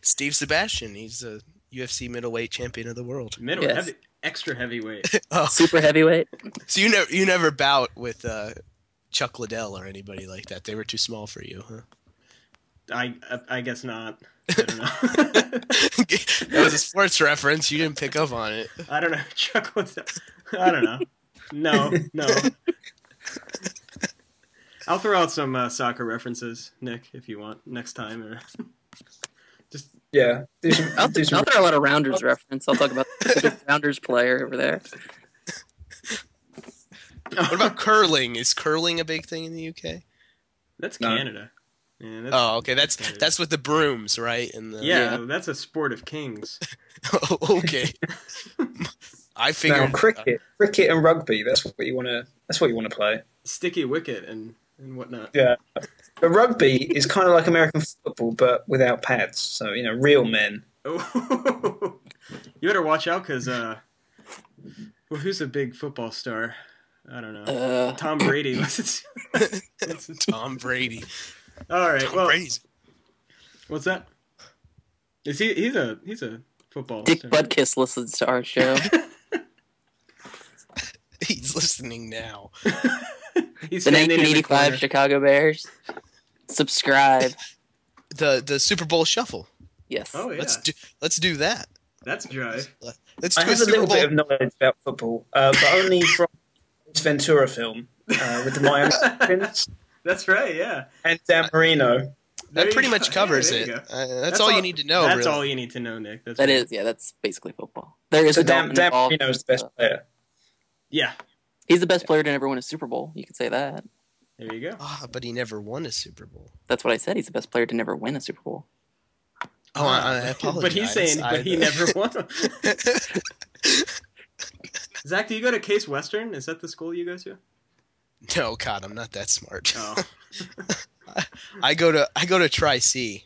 Speaker 3: Steve Sebastian. He's a UFC middleweight champion of the world.
Speaker 1: middle
Speaker 2: Yes.
Speaker 1: heavy, extra heavyweight.
Speaker 3: Oh,
Speaker 2: super heavyweight.
Speaker 3: so you never you never bout with uh, Chuck Liddell or anybody like that. They were too small for you, huh?
Speaker 1: I, I I guess not. I don't know.
Speaker 3: that was a sports reference. You didn't pick up on it.
Speaker 1: I don't know. Chuck was. I don't know. No, no. I'll throw out some uh, soccer references, Nick, if you want next time. Or just
Speaker 4: Yeah. Do some,
Speaker 2: I'll,
Speaker 4: do
Speaker 2: I'll
Speaker 4: some,
Speaker 2: throw out a Rounders reference. I'll talk about the Rounders player over there.
Speaker 3: What about curling? Is curling a big thing in the UK?
Speaker 1: that's
Speaker 4: No.
Speaker 1: Canada. Yeah, that's,
Speaker 3: Oh, okay. That's that's with the brooms, right? And the,
Speaker 1: yeah, that's a sport of kings.
Speaker 3: okay. I
Speaker 4: now
Speaker 3: figured uh,
Speaker 4: cricket, cricket and rugby. That's what you want to. That's what you want to play.
Speaker 1: Sticky wicket and and whatnot.
Speaker 4: Yeah. But rugby is kind of like American football, but without pads. So you know, real men.
Speaker 1: Oh, you better watch out because uh, well, who's a big football star? I don't know.
Speaker 2: Uh,
Speaker 1: Tom Brady. was it?
Speaker 3: Tom Brady.
Speaker 1: All right.
Speaker 3: Tom
Speaker 1: Well,
Speaker 3: Brady's
Speaker 1: What's that? Is he? He's a he's a football.
Speaker 2: Dick
Speaker 1: center.
Speaker 2: Butkus listens to our show.
Speaker 3: he's listening now.
Speaker 1: He's
Speaker 2: The
Speaker 1: standing in the
Speaker 2: 1985
Speaker 1: corner.
Speaker 2: Chicago Bears. Subscribe.
Speaker 3: The the Super Bowl shuffle.
Speaker 2: Yes.
Speaker 1: Oh yeah,
Speaker 3: Let's do let's do that.
Speaker 1: that's drive.
Speaker 3: Let's
Speaker 4: I
Speaker 3: do a
Speaker 4: have a
Speaker 3: Super
Speaker 4: little
Speaker 3: Bowl.
Speaker 4: bit of knowledge about football, uh, but only from the Ventura film uh, with the Miami Dolphins
Speaker 1: That's right. Yeah.
Speaker 4: and Dan Marino.
Speaker 1: There
Speaker 3: that
Speaker 1: you
Speaker 3: pretty
Speaker 1: go.
Speaker 3: much
Speaker 1: Yeah,
Speaker 3: covers
Speaker 1: there
Speaker 3: it.
Speaker 1: you
Speaker 3: Uh,
Speaker 1: go.
Speaker 3: that's, all, you need to know.
Speaker 1: That's
Speaker 3: really.
Speaker 1: all you need to know, Nick. That's
Speaker 2: That
Speaker 1: right.
Speaker 2: is, yeah, that's basically football. There is
Speaker 4: So
Speaker 2: a
Speaker 4: Dan,
Speaker 2: Dolphin
Speaker 4: Dan
Speaker 2: involved.
Speaker 4: Marino is the best player.
Speaker 1: Yeah.
Speaker 2: uh, He's the best player to never win a Super Bowl. You could say that.
Speaker 1: There you go.
Speaker 3: Ah, but he never won a Super Bowl.
Speaker 2: That's what I said. He's the best player to never win a Super Bowl.
Speaker 3: Oh, I, I apologize.
Speaker 1: Ah, But he's saying, but he
Speaker 3: I-
Speaker 1: never won. Zach, do you go to Case Western? Is that the school you go to?
Speaker 3: no, God, I'm not that smart.
Speaker 1: Oh,
Speaker 3: I go to I go to Tri C,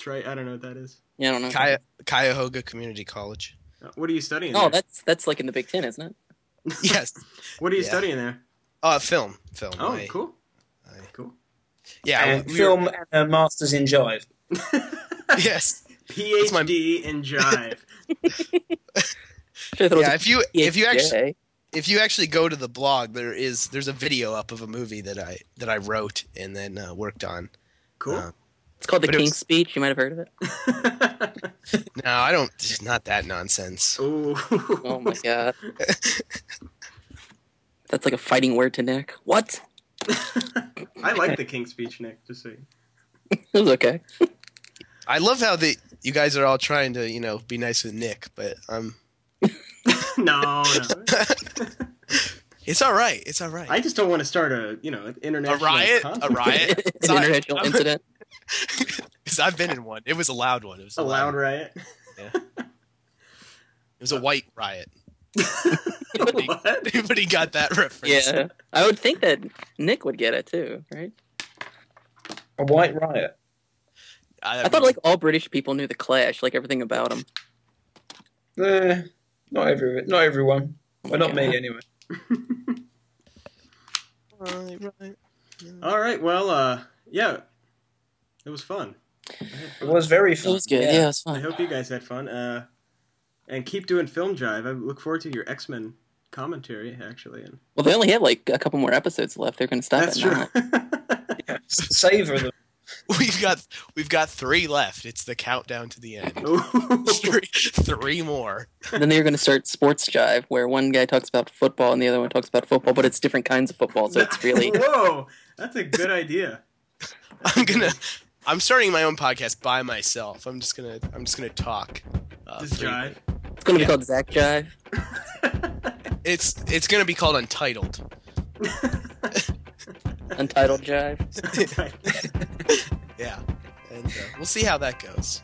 Speaker 1: try. I don't know what that is.
Speaker 2: Yeah, I don't know.
Speaker 3: Cuyahoga Community College.
Speaker 1: Uh, What are you studying?
Speaker 2: oh,
Speaker 1: there?
Speaker 2: that's that's like in the Big Ten, isn't it?
Speaker 3: Yes,
Speaker 1: What are you
Speaker 3: yeah.
Speaker 1: studying there?
Speaker 3: uh, film, film.
Speaker 1: Oh,
Speaker 3: I-
Speaker 1: cool.
Speaker 3: I-
Speaker 1: Cool.
Speaker 3: Yeah,
Speaker 4: And
Speaker 3: we- we were-
Speaker 4: film and a masters in jive.
Speaker 3: yes.
Speaker 1: PhD
Speaker 3: my-
Speaker 1: in jive.
Speaker 2: Should I throw
Speaker 3: Yeah,
Speaker 2: some
Speaker 3: if you if you
Speaker 2: PhD?
Speaker 3: actually if you actually go to the blog, there is there's a video up of a movie that I that I wrote and then uh, worked on.
Speaker 1: Cool.
Speaker 3: Uh,
Speaker 2: it's called the
Speaker 3: but it
Speaker 2: King's
Speaker 3: was-
Speaker 2: Speech. You might have heard of it.
Speaker 3: Uh. No, I don't. It's not that nonsense.
Speaker 1: oh.
Speaker 2: Oh my god. That's like a fighting word to Nick. What?
Speaker 1: I like the King's Speech, Nick. Just saying.
Speaker 2: It was okay.
Speaker 3: I love how the you guys are all trying to you know be nice with Nick, but um,
Speaker 1: No, no.
Speaker 3: it's all right. It's all right.
Speaker 1: I just don't want to start a you know an
Speaker 3: A
Speaker 1: international
Speaker 3: riot, a
Speaker 1: conflict.
Speaker 3: riot.
Speaker 2: An international incident.
Speaker 3: Because I've been in one. It was a loud one. It was
Speaker 1: a loud riot.
Speaker 3: It was a white riot.
Speaker 1: what?
Speaker 3: Anybody got that reference?
Speaker 2: Yeah. I would think that Nick would get it too, right?
Speaker 4: A white riot.
Speaker 3: I,
Speaker 2: I thought like all British people knew the Clash, like everything about them.
Speaker 4: Eh, not every, not everyone. Well, not me
Speaker 2: God.
Speaker 4: anyway.
Speaker 3: Right, right.
Speaker 1: All right. Well, uh, yeah, it was fun.
Speaker 4: It was very
Speaker 2: It
Speaker 4: fun.
Speaker 2: was good. Yeah, it was
Speaker 1: I
Speaker 2: fun.
Speaker 1: hope you guys had fun. Uh, and keep doing film jive. I look forward to your X Men commentary actually. And
Speaker 2: Well, they only have like a couple more episodes left. They're going to stop
Speaker 1: that's
Speaker 2: at
Speaker 1: true.
Speaker 2: nine.
Speaker 4: Yeah. Savor them.
Speaker 3: We've got we've got three left. It's the countdown to the end.
Speaker 1: Ooh.
Speaker 3: three, three more.
Speaker 2: then they're going to start sports jive, where one guy talks about football and the other one talks about football, but it's different kinds of football, so it's really
Speaker 1: whoa. That's a good idea.
Speaker 3: I'm gonna. I'm starting my own podcast by myself. I'm just gonna. I'm just gonna talk. Uh,
Speaker 1: Just
Speaker 3: free.
Speaker 1: jive.
Speaker 2: it's going to be
Speaker 3: Yeah.
Speaker 2: called Zach Jive.
Speaker 3: It's it's gonna be called Untitled.
Speaker 2: Untitled Jive.
Speaker 1: Right.
Speaker 3: yeah, and uh, we'll see how that goes.